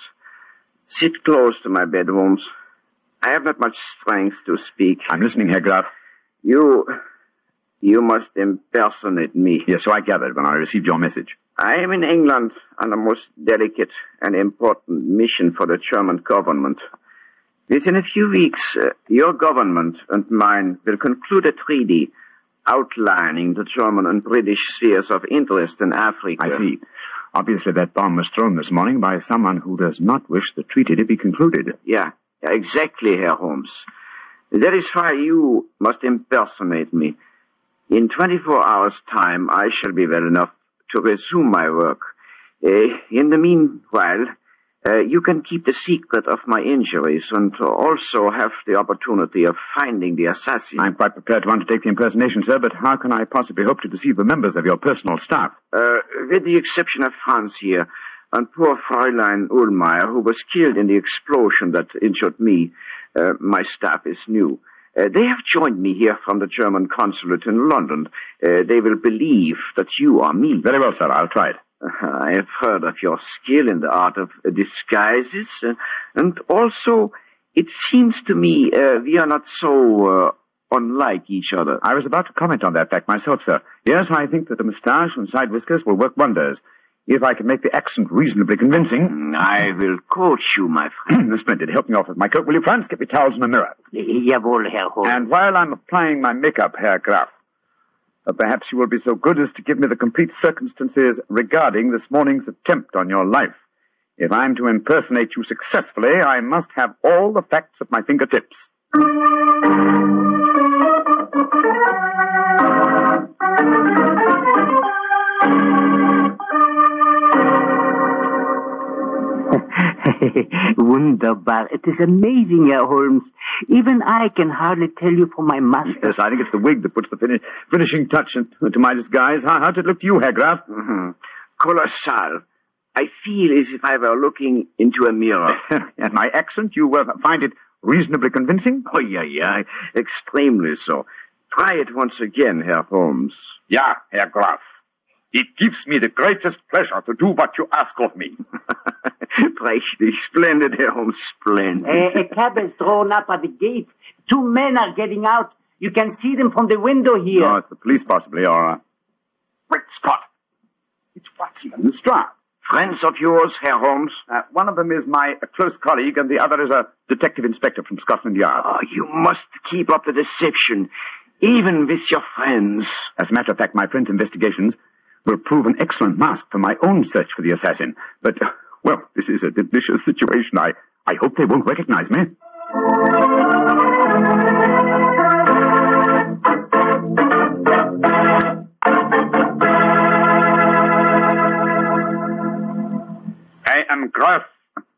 Speaker 21: Sit close to my bed, Holmes. I have not much strength to speak.
Speaker 16: I'm listening, Herr Graf.
Speaker 21: You. You must impersonate me.
Speaker 16: Yes, so I gathered when I received your message.
Speaker 21: I am in England on a most delicate and important mission for the German government. Within a few weeks, uh, your government and mine will conclude a treaty outlining the German and British spheres of interest in Africa.
Speaker 16: I see. Obviously, that bomb was thrown this morning by someone who does not wish the treaty to be concluded.
Speaker 21: Yeah, yeah, exactly, Herr Holmes. That is why you must impersonate me. In 24 hours' time, I shall be well enough to resume my work. Eh, in the meanwhile, uh, you can keep the secret of my injuries and also have the opportunity of finding the assassin.
Speaker 16: I'm quite prepared to undertake the impersonation, sir, but how can I possibly hope to deceive the members of your personal staff?
Speaker 21: Uh, with the exception of Franz here, and poor Fräulein Ullmeier, who was killed in the explosion that injured me, uh, my staff is new. Uh, they have joined me here from the German consulate in London. Uh, they will believe that you are me. Uh-huh.
Speaker 16: Very well, sir. I'll try it.
Speaker 21: I have heard of your skill in the art of uh, disguises, uh, and also it seems to me uh, we are not so uh, unlike each other.
Speaker 16: I was about to comment on that fact myself, sir. Yes, I think that the moustache and side whiskers will work wonders. If I can make the accent reasonably convincing.
Speaker 21: Mm, I will coach you, my
Speaker 16: <clears throat>
Speaker 21: friend.
Speaker 16: Splendid. Help me off with my coat, will you, Franz? Get me towels and a mirror.
Speaker 20: Jawohl, Herr Holmes.
Speaker 16: And while I'm applying my makeup, Herr Graf, uh, perhaps you will be so good as to give me the complete circumstances regarding this morning's attempt on your life. If I'm to impersonate you successfully, I must have all the facts at my fingertips.
Speaker 20: Wunderbar. It is amazing, Herr Holmes. Even I can hardly tell you from my master.
Speaker 16: Yes, I think it's the wig that puts the fini- finishing touch in- uh, to my disguise. How, how did it look to you, Herr Graf?
Speaker 21: Colossal. mm-hmm. I feel as if I were looking into a mirror.
Speaker 16: <laughs> and my accent, you uh, find it reasonably convincing?
Speaker 21: Oh, yeah, yeah. Extremely so. Try it once again, Herr Holmes.
Speaker 16: Ja, Herr Graf. It gives me the greatest pleasure to do what you ask of me.
Speaker 21: <laughs> Prächtig, splendid, Herr Holmes, splendid.
Speaker 20: A, a cab has drawn up at the gate. Two men are getting out. You can see them from the window here.
Speaker 16: No, it's the police possibly, or... Uh... Great Scott! It's Watson and Lestrade. Friends of yours, Herr Holmes? Uh, one of them is my uh, close colleague, and the other is a detective inspector from Scotland Yard. Oh, you must keep up the deception, even with your friends. As a matter of fact, my friend's investigations will prove an excellent mask for my own search for the assassin. But, uh, well, this is a delicious situation. I, I hope they won't recognize me.
Speaker 22: I am Graf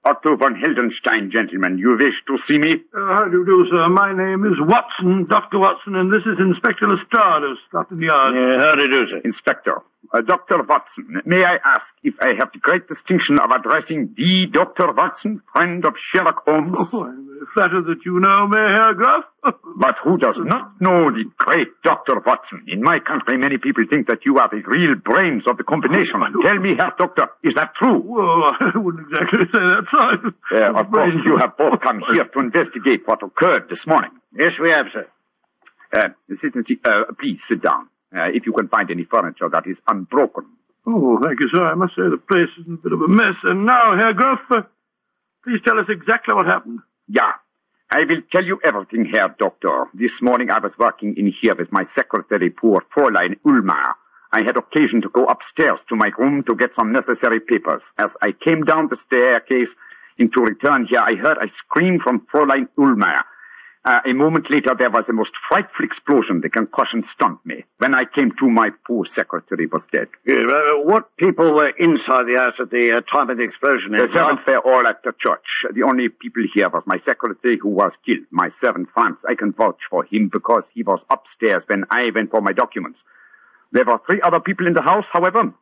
Speaker 22: Otto von Hildenstein, gentlemen. You wish to see me?
Speaker 15: Uh, how do you do, sir? My name is Watson, Dr. Watson, and this is Inspector Lestrade of Scotland Yard.
Speaker 22: how do you do, sir? Inspector, uh, Dr. Watson, may I ask if I have the great distinction of addressing the Dr. Watson, friend of Sherlock Holmes?
Speaker 15: Oh, I'm very flattered that you know me, Herr Graf. <laughs>
Speaker 22: But who does not know the great Dr. Watson? In my country, many people think that you are the real brains of the combination. Tell me, Herr Doctor, is that true?
Speaker 15: Well, <laughs> I wouldn't exactly say that, sir.
Speaker 22: Uh, of course, you have both
Speaker 15: <laughs>
Speaker 22: come here to investigate what occurred this morning.
Speaker 18: Yes, we have, sir.
Speaker 22: Uh, sit in the- uh, please sit down. Uh, if you can find any furniture that is unbroken.
Speaker 15: Oh, thank you, sir. I must say the place is a bit of a mess. And now, Herr Graf, uh, please tell us exactly what happened.
Speaker 22: Yeah. I will tell you everything, Herr Doctor. This morning I was working in here with my secretary, poor Fräulein Ulmer. I had occasion to go upstairs to my room to get some necessary papers. As I came down the staircase and to return here, I heard a scream from Fräulein Ulmer. Uh, a moment later, there was the most frightful explosion. The concussion stunned me. When I came to, my poor secretary was dead.
Speaker 18: Yeah, uh, what people were inside the house at the uh, time of the explosion?
Speaker 22: The servants were all at the church. The only people here was my secretary who was killed, my servant Franz. I can vouch for him because he was upstairs when I went for my documents. There were three other people in the house, however.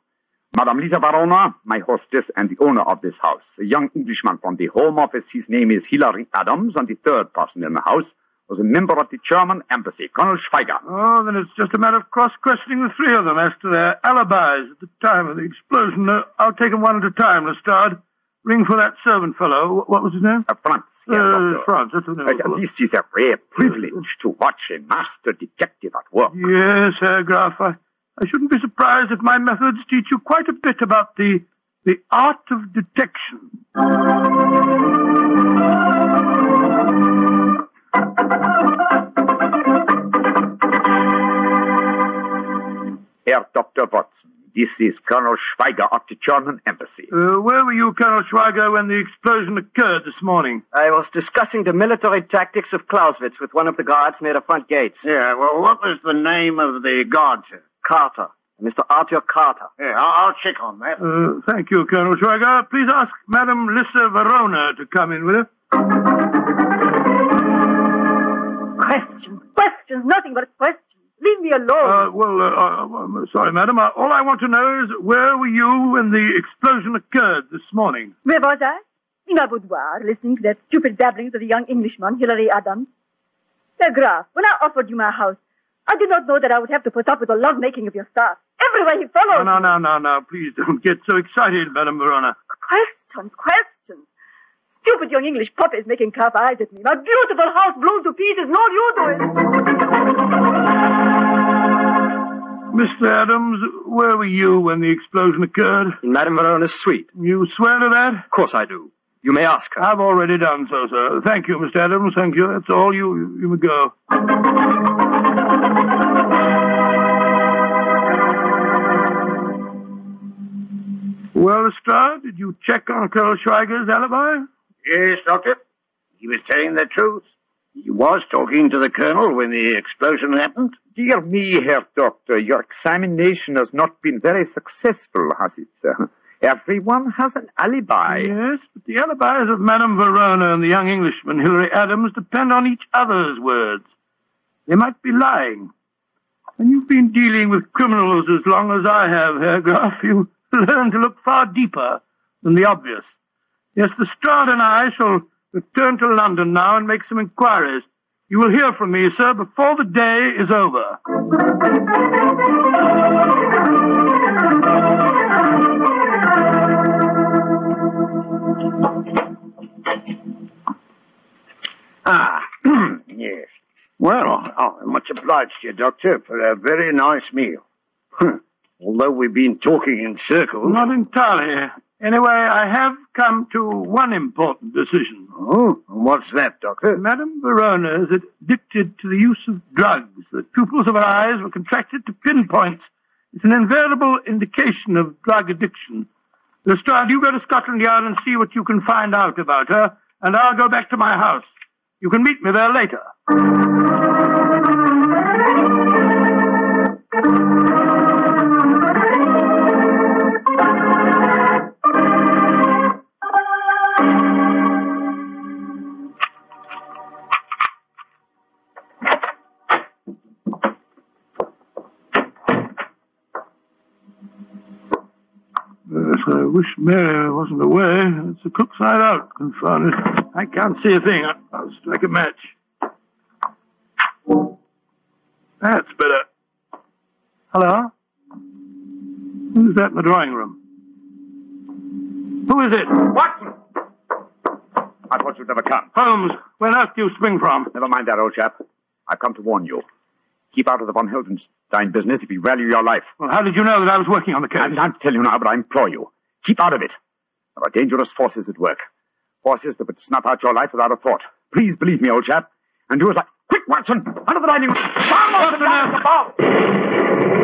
Speaker 22: Madame Lisa Varona, my hostess and the owner of this house, a young Englishman from the Home Office. His name is Hilary Adams, and the third person in the house was a member of the German embassy, Colonel Schweiger.
Speaker 15: Oh, then it's just a matter of cross questioning the three of them as to their alibis at the time of the explosion. Uh, I'll take them one at a time, Lestrade. Ring for that servant fellow. Wh- What was his name?
Speaker 22: Uh, France.
Speaker 15: Uh, France, that's Uh, the name.
Speaker 22: Uh, this is a rare privilege to watch a master detective at work.
Speaker 15: Yes, Herr Graf. I, I shouldn't be surprised if my methods teach you quite a bit about the the art of detection.
Speaker 22: Herr Dr. Watson, this is Colonel Schweiger of the German embassy.
Speaker 15: Uh, where were you, Colonel Schweiger, when the explosion occurred this morning?
Speaker 14: I was discussing the military tactics of Clausewitz with one of the guards near the front gates.
Speaker 18: Yeah, well, what was the name of the guard, sir?
Speaker 14: Carter. Mr. Arthur Carter.
Speaker 18: Yeah, I'll, I'll check on that.
Speaker 15: Uh, thank you, Colonel Schweiger. Please ask Madame Lissa Verona to come in, will you?
Speaker 19: Questions, questions, nothing but questions. Leave me alone.
Speaker 15: Uh, well, uh, uh, I'm sorry, madam. Uh, all I want to know is where were you when the explosion occurred this morning?
Speaker 19: Where was I? In my boudoir, listening to that stupid babblings of the young Englishman, Hilary Adams. Sir Graf, when I offered you my house, I did not know that I would have to put up with the lovemaking of your staff. Everywhere he
Speaker 15: No,
Speaker 19: followed.
Speaker 15: no, no, no, no. Please don't get so excited, Madame Verona.
Speaker 19: Questions, questions. Stupid young English puppet is making calf eyes at me. My beautiful house blown to pieces, and all you do is...
Speaker 15: Mr. Adams, where were you when the explosion occurred?
Speaker 23: In Madame Verona's suite.
Speaker 15: You swear to that? Of
Speaker 23: course I do. You may ask her.
Speaker 15: I've already done so, sir. Thank you, Mr. Adams. Thank you. That's all. You, you, you may go. Well, Lestrade, did you check on Colonel Schweiger's alibi?
Speaker 18: Yes, Doctor. He was telling the truth. He was talking to the colonel when the explosion happened.
Speaker 16: Dear me, Herr Doctor, your examination has not been very successful, has it, sir? Everyone has an alibi.
Speaker 15: Yes, but the alibis of Madame Verona and the young Englishman, Hilary Adams, depend on each other's words. They might be lying. And you've been dealing with criminals as long as I have, Herr Graf. You learn to look far deeper than the obvious. Yes, the Strad and I shall return to London now and make some inquiries. You will hear from me, sir, before the day is over.
Speaker 18: Ah, <clears throat> yes. Well, I'm much obliged to you, Doctor, for a very nice meal. <laughs> Although we've been talking in circles.
Speaker 15: Not entirely. Anyway, I have come to one important decision.
Speaker 18: Oh, and what's that, Doctor?
Speaker 15: Madame Verona is addicted to the use of drugs. The pupils of her eyes were contracted to pinpoints. It's an invariable indication of drug addiction. Lestrade, you go to Scotland Yard and see what you can find out about her, and I'll go back to my house. You can meet me there later. Yes, I wish Mary wasn't away. It's the cook's night out, confound it. I can't see a thing. I- I'll strike a match. That's better. Hello? Who's that in the drawing room? Who is it? Watson!
Speaker 22: I thought you'd never come.
Speaker 15: Holmes, where else do you spring from?
Speaker 22: Never mind that, old chap. I've come to warn you. Keep out of the von Hildenstein business if you value your life.
Speaker 15: Well, how did you know that I was working on the case?
Speaker 22: I can't tell you now, but I implore you. Keep out of it. There are dangerous forces at work. Forces that would snuff out your life without a thought. Please believe me, old chap. And do as I... Quick, Watson! Out of the dining room! Down off the down the bar!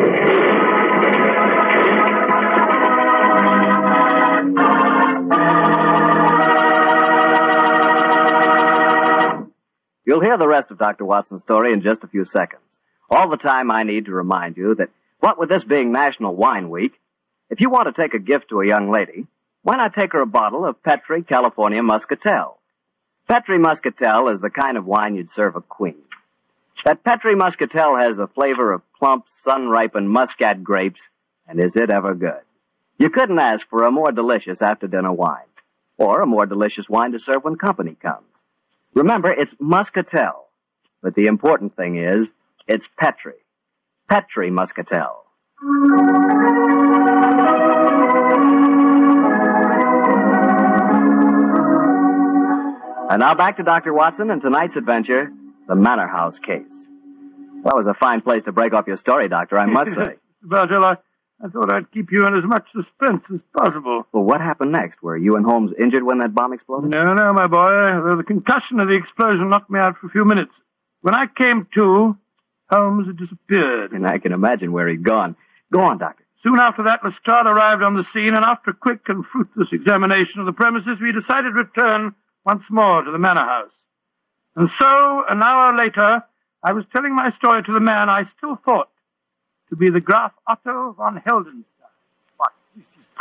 Speaker 14: You'll hear the rest of Dr. Watson's story in just a few seconds. All the time I need to remind you that, what with this being National Wine Week, if you want to take a gift to a young lady, why not take her a bottle of Petri California Muscatel? Petri Muscatel is the kind of wine you'd serve a queen. That Petri Muscatel has the flavor of plump, sun-ripened muscat grapes, and is it ever good? You couldn't ask for a more delicious after-dinner wine, or a more delicious wine to serve when company comes. Remember, it's Muscatel. But the important thing is, it's Petri. Petri Muscatel. And now back to Dr. Watson and tonight's adventure, the Manor House case. That was a fine place to break off your story, Doctor,
Speaker 15: <laughs>
Speaker 14: I must say.
Speaker 15: Virgil, I, I thought I'd keep you in as much suspense as possible.
Speaker 14: Well, what happened next? Were you and Holmes injured when that bomb exploded?
Speaker 15: No, no, my boy. Though the concussion of the explosion knocked me out for a few minutes. When I came to, Holmes had disappeared.
Speaker 14: And I can imagine where he'd gone. Go on, Doctor.
Speaker 15: Soon after that, Lestrade arrived on the scene, and after a quick and fruitless examination of the premises, we decided to return once more to the manor house. And so, an hour later, I was telling my story to the man I still thought to be the Graf Otto von Heldenstein.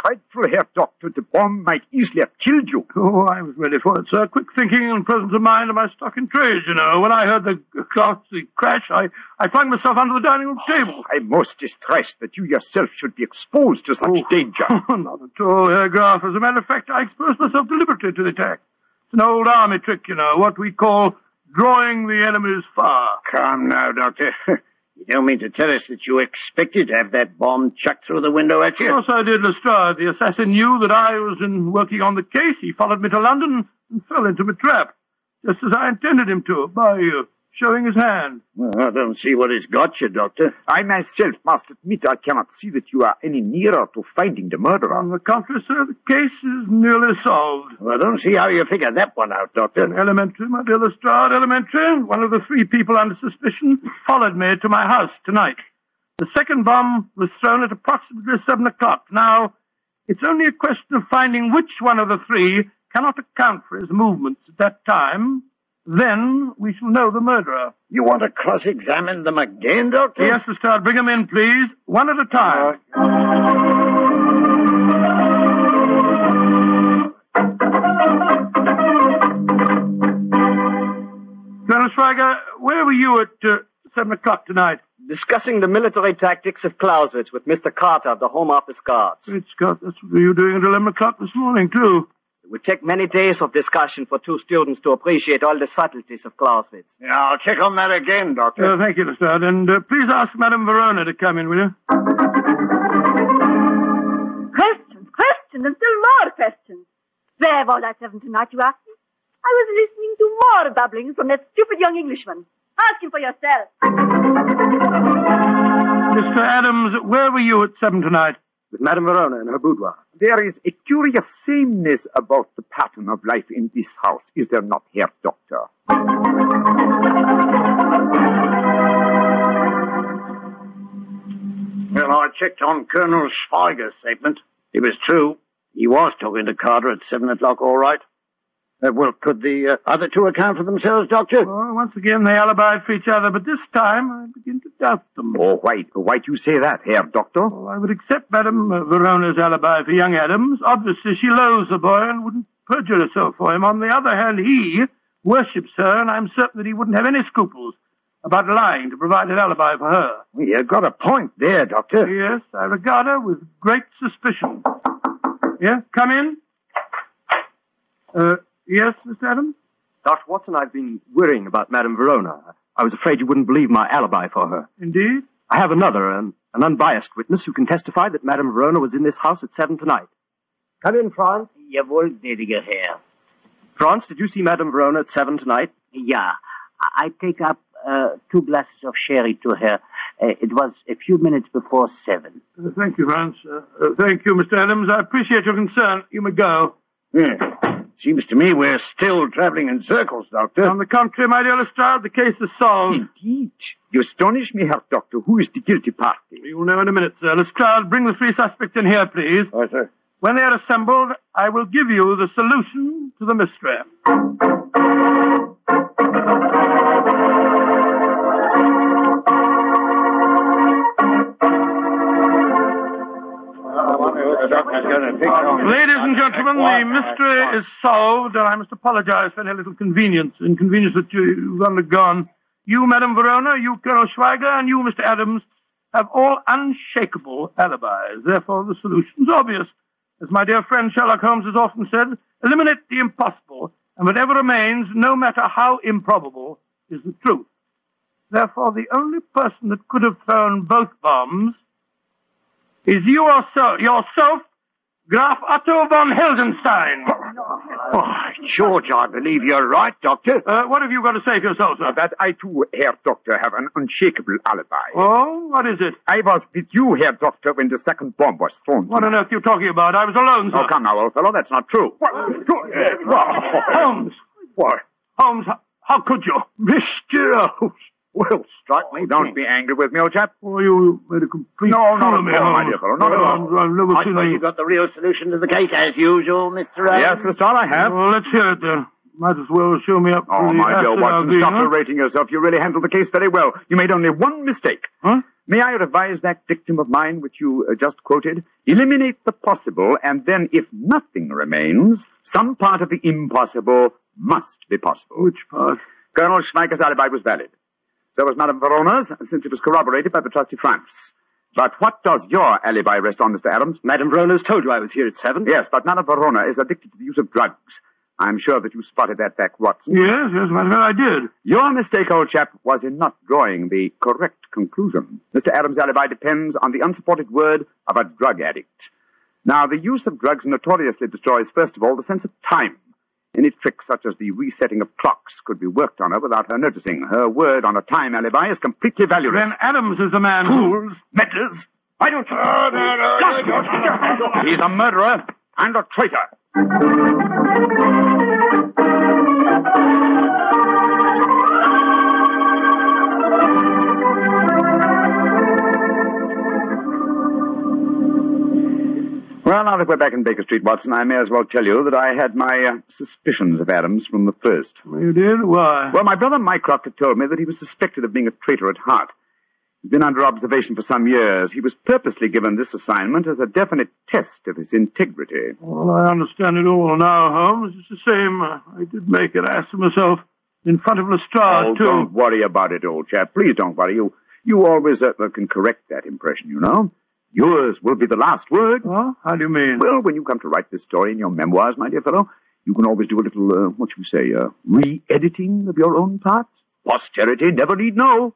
Speaker 22: Frightful, Herr Doctor. The bomb might easily have killed you.
Speaker 15: Oh, I was ready for it, sir. Quick thinking and presence of mind are my stock in trade, you know. When I heard the ghastly crash, I, I flung myself under the dining room table.
Speaker 22: I'm most distressed that you yourself should be exposed to such
Speaker 15: Oh. <laughs>
Speaker 22: danger.
Speaker 15: Not at all, Herr Graf. As a matter of fact, I exposed myself deliberately to the attack. It's an old army trick, you know, what we call drawing the enemy's fire.
Speaker 18: Come now, Doctor. <laughs> You don't mean to tell us that you expected to have that bomb chucked through the window at you?
Speaker 15: Of course I did, Lestrade. The assassin knew that I was in working on the case. He followed me to London and fell into my trap, just as I intended him to, by uh, showing his hand.
Speaker 18: Well, I don't see what has got you, Doctor.
Speaker 22: I myself must admit I cannot see that you are any nearer to finding the murderer.
Speaker 15: On the contrary, sir, the case is nearly solved.
Speaker 18: Well, I don't see how you figure that one out, Doctor.
Speaker 15: Elementary, my dear Lestrade, elementary. One of the three people under suspicion followed me to my house tonight. The second bomb was thrown at approximately seven o'clock. Now, it's only a question of finding which one of the three cannot account for his movements at that time. Then we shall know the murderer.
Speaker 18: You want to cross-examine them again, Doctor?
Speaker 15: Yes, Lestrade, bring them in, please. One at a time. Colonel Schweiger, where were you at uh, 7 o'clock tonight?
Speaker 14: Discussing the military tactics of Clausewitz with Mr. Carter of the Home Office Guards.
Speaker 15: Great Scott, that's what you were doing at 11 o'clock this morning, too.
Speaker 14: It would take many days of discussion for two students to appreciate all the subtleties of Clausewitz.
Speaker 18: Yeah, I'll check on that again, Doctor.
Speaker 15: Uh, thank you, Lestrade. And uh, please ask Madame Verona to come in, will you?
Speaker 19: Questions, questions, and still more questions. Where was I seven tonight, you ask me? I was listening to more babblings from that stupid young Englishman. Ask him for yourself.
Speaker 15: Mr. Adams, where were you at seven tonight?
Speaker 23: With Madame Verona in her boudoir.
Speaker 22: There is a curious sameness about the pattern of life in this house, is there not, Herr Doctor?
Speaker 18: Well, I checked on Colonel Schweiger's statement. It was true. He was talking to Carter at 7 o'clock, all right. Uh, well, could the uh, other two account for themselves, Doctor?
Speaker 15: Well, Oh, once again, they alibied for each other, but this time I begin to doubt them.
Speaker 22: Oh, why, why do you say that, Herr Doctor?
Speaker 15: Well, Oh, I would accept Madame uh, Verona's alibi for young Adams. Obviously, she loathes the boy and wouldn't perjure herself for him. On the other hand, he worships her, and I'm certain that he wouldn't have any scruples about lying to provide an alibi for her.
Speaker 18: You've got a <laughs> point there, Doctor.
Speaker 15: Yes, I regard her with great suspicion. Yeah, come in. Uh, yes, Mr. Adams?
Speaker 23: Dr. Watson, I've been worrying about Madame Verona. I was afraid you wouldn't believe my alibi for her.
Speaker 15: Indeed?
Speaker 23: I have another, an, an unbiased witness who can testify that Madame Verona was in this house at seven tonight. Come in, Franz.
Speaker 20: Jawohl, gnädiger Herr.
Speaker 23: Franz, did you see Madame Verona at seven tonight?
Speaker 20: Yeah, I I take up uh, two glasses of sherry to her. Uh, it was a few minutes before seven.
Speaker 15: Uh, thank you, Vance. Uh, uh, thank you, Mr. Adams. I appreciate your concern. You may go.
Speaker 18: Seems to me we're still traveling in circles, Doctor.
Speaker 15: On the contrary, my dear Lestrade, the case is solved.
Speaker 22: Indeed. You astonish me, Herr Doctor. Who is the guilty party?
Speaker 15: You'll know in a minute, sir. Lestrade, bring the three suspects in here, please.
Speaker 18: Aye, sir.
Speaker 15: When they are assembled, I will give you the solution to the mystery. Ladies and gentlemen, the mystery is solved, and I must apologize for any little convenience, inconvenience that you- you've undergone. You, Madame Verona, you, Colonel Schweiger, and you, Mr. Adams, have all unshakable alibis. Therefore, the solution's obvious. As my dear friend Sherlock Holmes has often said, eliminate the impossible, and whatever remains, no matter how improbable, is the truth. Therefore, the only person that could have thrown both bombs is you also, yourself, Graf Otto von Hildenstein.
Speaker 22: Oh,
Speaker 18: George, I believe you're right, Doctor.
Speaker 15: Uh, what have you got to say for yourself, sir?
Speaker 22: That I too, Herr Doctor, have an unshakable alibi.
Speaker 15: Oh, what is it?
Speaker 22: I was with you, Herr Doctor, when the second bomb was thrown.
Speaker 15: What on earth are you talking about? I was alone, sir. Uh,
Speaker 22: Oh, come now, old fellow, that's not true. What?
Speaker 15: Holmes!
Speaker 22: What?
Speaker 15: Holmes, how, how could you?
Speaker 18: Mr. Holmes. Well, strike me.
Speaker 22: Don't be angry with me, old chap.
Speaker 15: Oh, you oh, made a complete
Speaker 22: No, no,
Speaker 15: fool of me,
Speaker 22: no,
Speaker 18: Oh,
Speaker 22: my
Speaker 15: Holmes.
Speaker 22: dear fellow, not at all.
Speaker 15: I've, I've never
Speaker 18: I
Speaker 15: seen
Speaker 18: suppose you
Speaker 15: a...
Speaker 18: got the real solution to the case, as usual, Mr. Adams.
Speaker 22: Yes, Lestrade, I have.
Speaker 15: Well, let's hear it, then. Might as well show me up to
Speaker 22: Oh,
Speaker 15: the
Speaker 22: my dear
Speaker 15: Aston
Speaker 22: Watson, stop
Speaker 15: Algina.
Speaker 22: berating yourself. You really handled the case very well. You made only one mistake.
Speaker 15: Huh?
Speaker 22: May I revise that dictum of mine which you uh, just quoted? Eliminate the possible, and then if nothing remains, some part of the impossible must be possible.
Speaker 15: Which part?
Speaker 22: Colonel Schmeicher's alibi was valid. So was Madame Verona's, since it was corroborated by the trusty Franz. But what does your alibi rest on, Mr. Adams?
Speaker 23: Madame Verona's told you I was here at seven.
Speaker 22: Yes, but Madame Verona is addicted to the use of drugs. I'm sure that you spotted that back, Watson.
Speaker 15: Yes, yes, my well, I did.
Speaker 22: Your mistake, old chap, was in not drawing the correct conclusion. Mr. Adams' alibi depends on the unsupported word of a drug addict. Now, the use of drugs notoriously destroys, first of all, the sense of time. Any trick such as the resetting of clocks could be worked on her without her noticing. Her word on a time alibi is completely valueless.
Speaker 15: Then Adams is the man who...
Speaker 22: meddlers! Why don't you... He's a murderer and a traitor. Well, now that we're back in Baker Street, Watson, I may as well tell you that I had my uh, suspicions of Adams from the first.
Speaker 15: You did? Why?
Speaker 22: Well, my brother Mycroft had told me that he was suspected of being a traitor at heart. He'd been under observation for some years. He was purposely given this assignment as a definite test of his integrity.
Speaker 15: Well, I understand it all now, Holmes. It's the same. Uh, I did make an ass of myself in front of Lestrade,
Speaker 22: oh,
Speaker 15: too.
Speaker 22: don't worry about it, old chap. Please don't worry. You, you always uh, can correct that impression, you know. Yours will be the last word.
Speaker 15: Huh? How do you mean?
Speaker 22: Well, when you come to write this story in your memoirs, my dear fellow, you can always do a little, uh, what should we say, uh, re-editing of your own parts. Posterity never need know.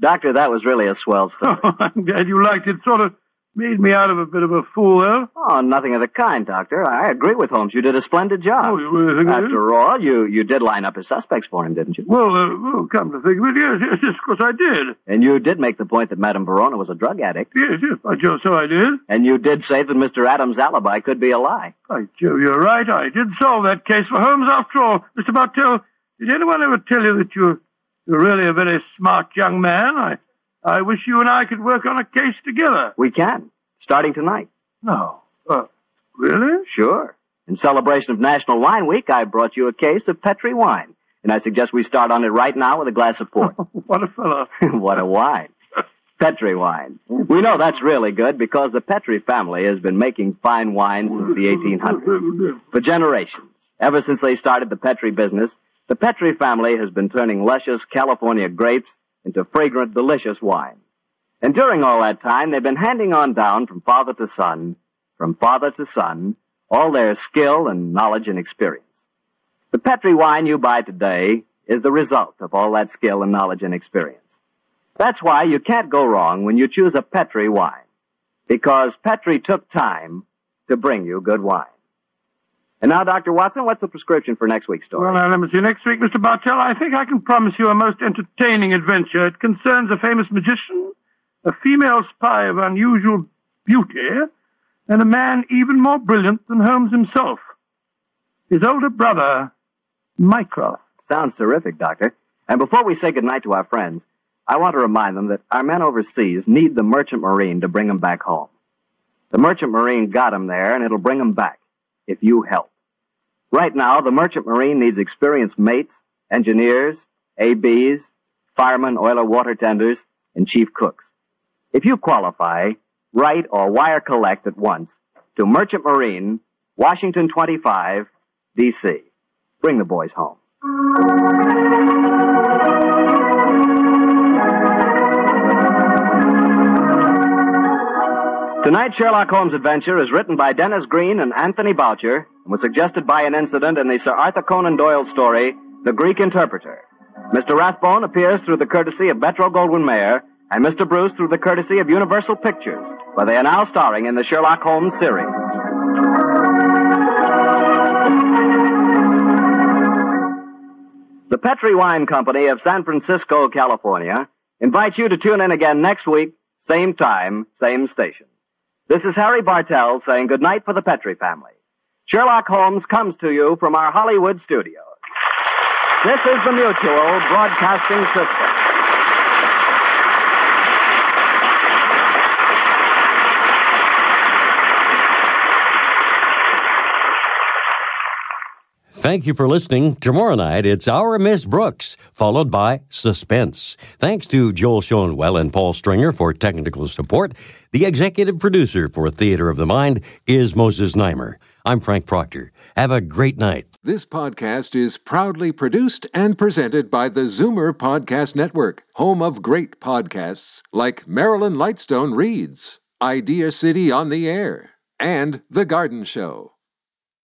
Speaker 14: Doctor, that was really a
Speaker 15: <laughs>
Speaker 14: swell story.
Speaker 15: Oh, I'm glad you liked it. Sort of made me out of a bit of a fool there.
Speaker 14: Oh, nothing of the kind, Doctor. I agree with Holmes. You did a splendid job.
Speaker 15: Oh, you were thinking-
Speaker 14: After all, you, you did line up his suspects for him, didn't you?
Speaker 15: Well, uh, well, come to think of it, yes, yes, yes, of course I did.
Speaker 14: And you did make the point that Madame Verona was a drug addict.
Speaker 15: Yes, yes, by Jove, so I did.
Speaker 14: And you did say that Mr. Adams' alibi could be a lie.
Speaker 15: By Jove, you're right. I did solve that case for Holmes after all. Mr. Bartell, did anyone ever tell you that you're, you're really a very smart young man? I, I wish you and I could work on a case together.
Speaker 14: We can, starting tonight.
Speaker 15: No. Uh, really?
Speaker 14: Sure. In celebration of National Wine Week, I brought you a case of Petri wine. And I suggest we start on it right now with a glass of port.
Speaker 15: <laughs> what a fellow.
Speaker 14: <laughs> what a wine. Petri wine. We know that's really good because the Petri family has been making fine wine since the 1800s. For generations, ever since they started the Petri business, the Petri family has been turning luscious California grapes into fragrant, delicious wine. And during all that time, they've been handing on down from father to son, from father to son, all their skill and knowledge and experience. The Petri wine you buy today is the result of all that skill and knowledge and experience. That's why you can't go wrong when you choose a Petri wine, because Petri took time to bring you good wine. And now, Dr. Watson, what's the prescription for next week's story?
Speaker 15: Well, now, let me see. Next week, Mr. Bartell, I think I can promise you a most entertaining adventure. It concerns a famous magician, a female spy of unusual beauty, and a man even more brilliant than Holmes himself. His older brother, Mycroft.
Speaker 14: Sounds terrific, Doctor. And before we say goodnight to our friends, I want to remind them that our men overseas need the merchant marine to bring them back home. The merchant marine got them there, and it'll bring them back if you help. Right now, the merchant marine needs experienced mates, engineers, ABs, firemen, oiler, water tenders, and chief cooks. If you qualify, write or wire collect at once to Merchant Marine, Washington 25, D.C. Bring the boys home. Tonight's Sherlock Holmes adventure is written by Dennis Green and Anthony Boucher and was suggested by an incident in the Sir Arthur Conan Doyle story, The Greek Interpreter. Mr. Rathbone appears through the courtesy of Metro Goldwyn Mayer and Mr. Bruce through the courtesy of Universal Pictures, where they are now starring in the Sherlock Holmes series. The Petri Wine Company of San Francisco, California, invites you to tune in again next week, same time, same station. This is Harry Bartell saying goodnight for the Petri family. Sherlock Holmes comes to you from our Hollywood studios. This is the Mutual Broadcasting System.
Speaker 2: Thank you for listening. Tomorrow night, it's Our Miss Brooks, followed by Suspense. Thanks to Joel Schoenwell and Paul Stringer for technical support. The executive producer for Theater of the Mind is Moses Neimer. I'm Frank Proctor. Have a great night.
Speaker 1: This podcast is proudly produced and presented by the Zoomer Podcast Network, home of great podcasts like Marilyn Lightstone Reads, Idea City on the Air, and The Garden Show.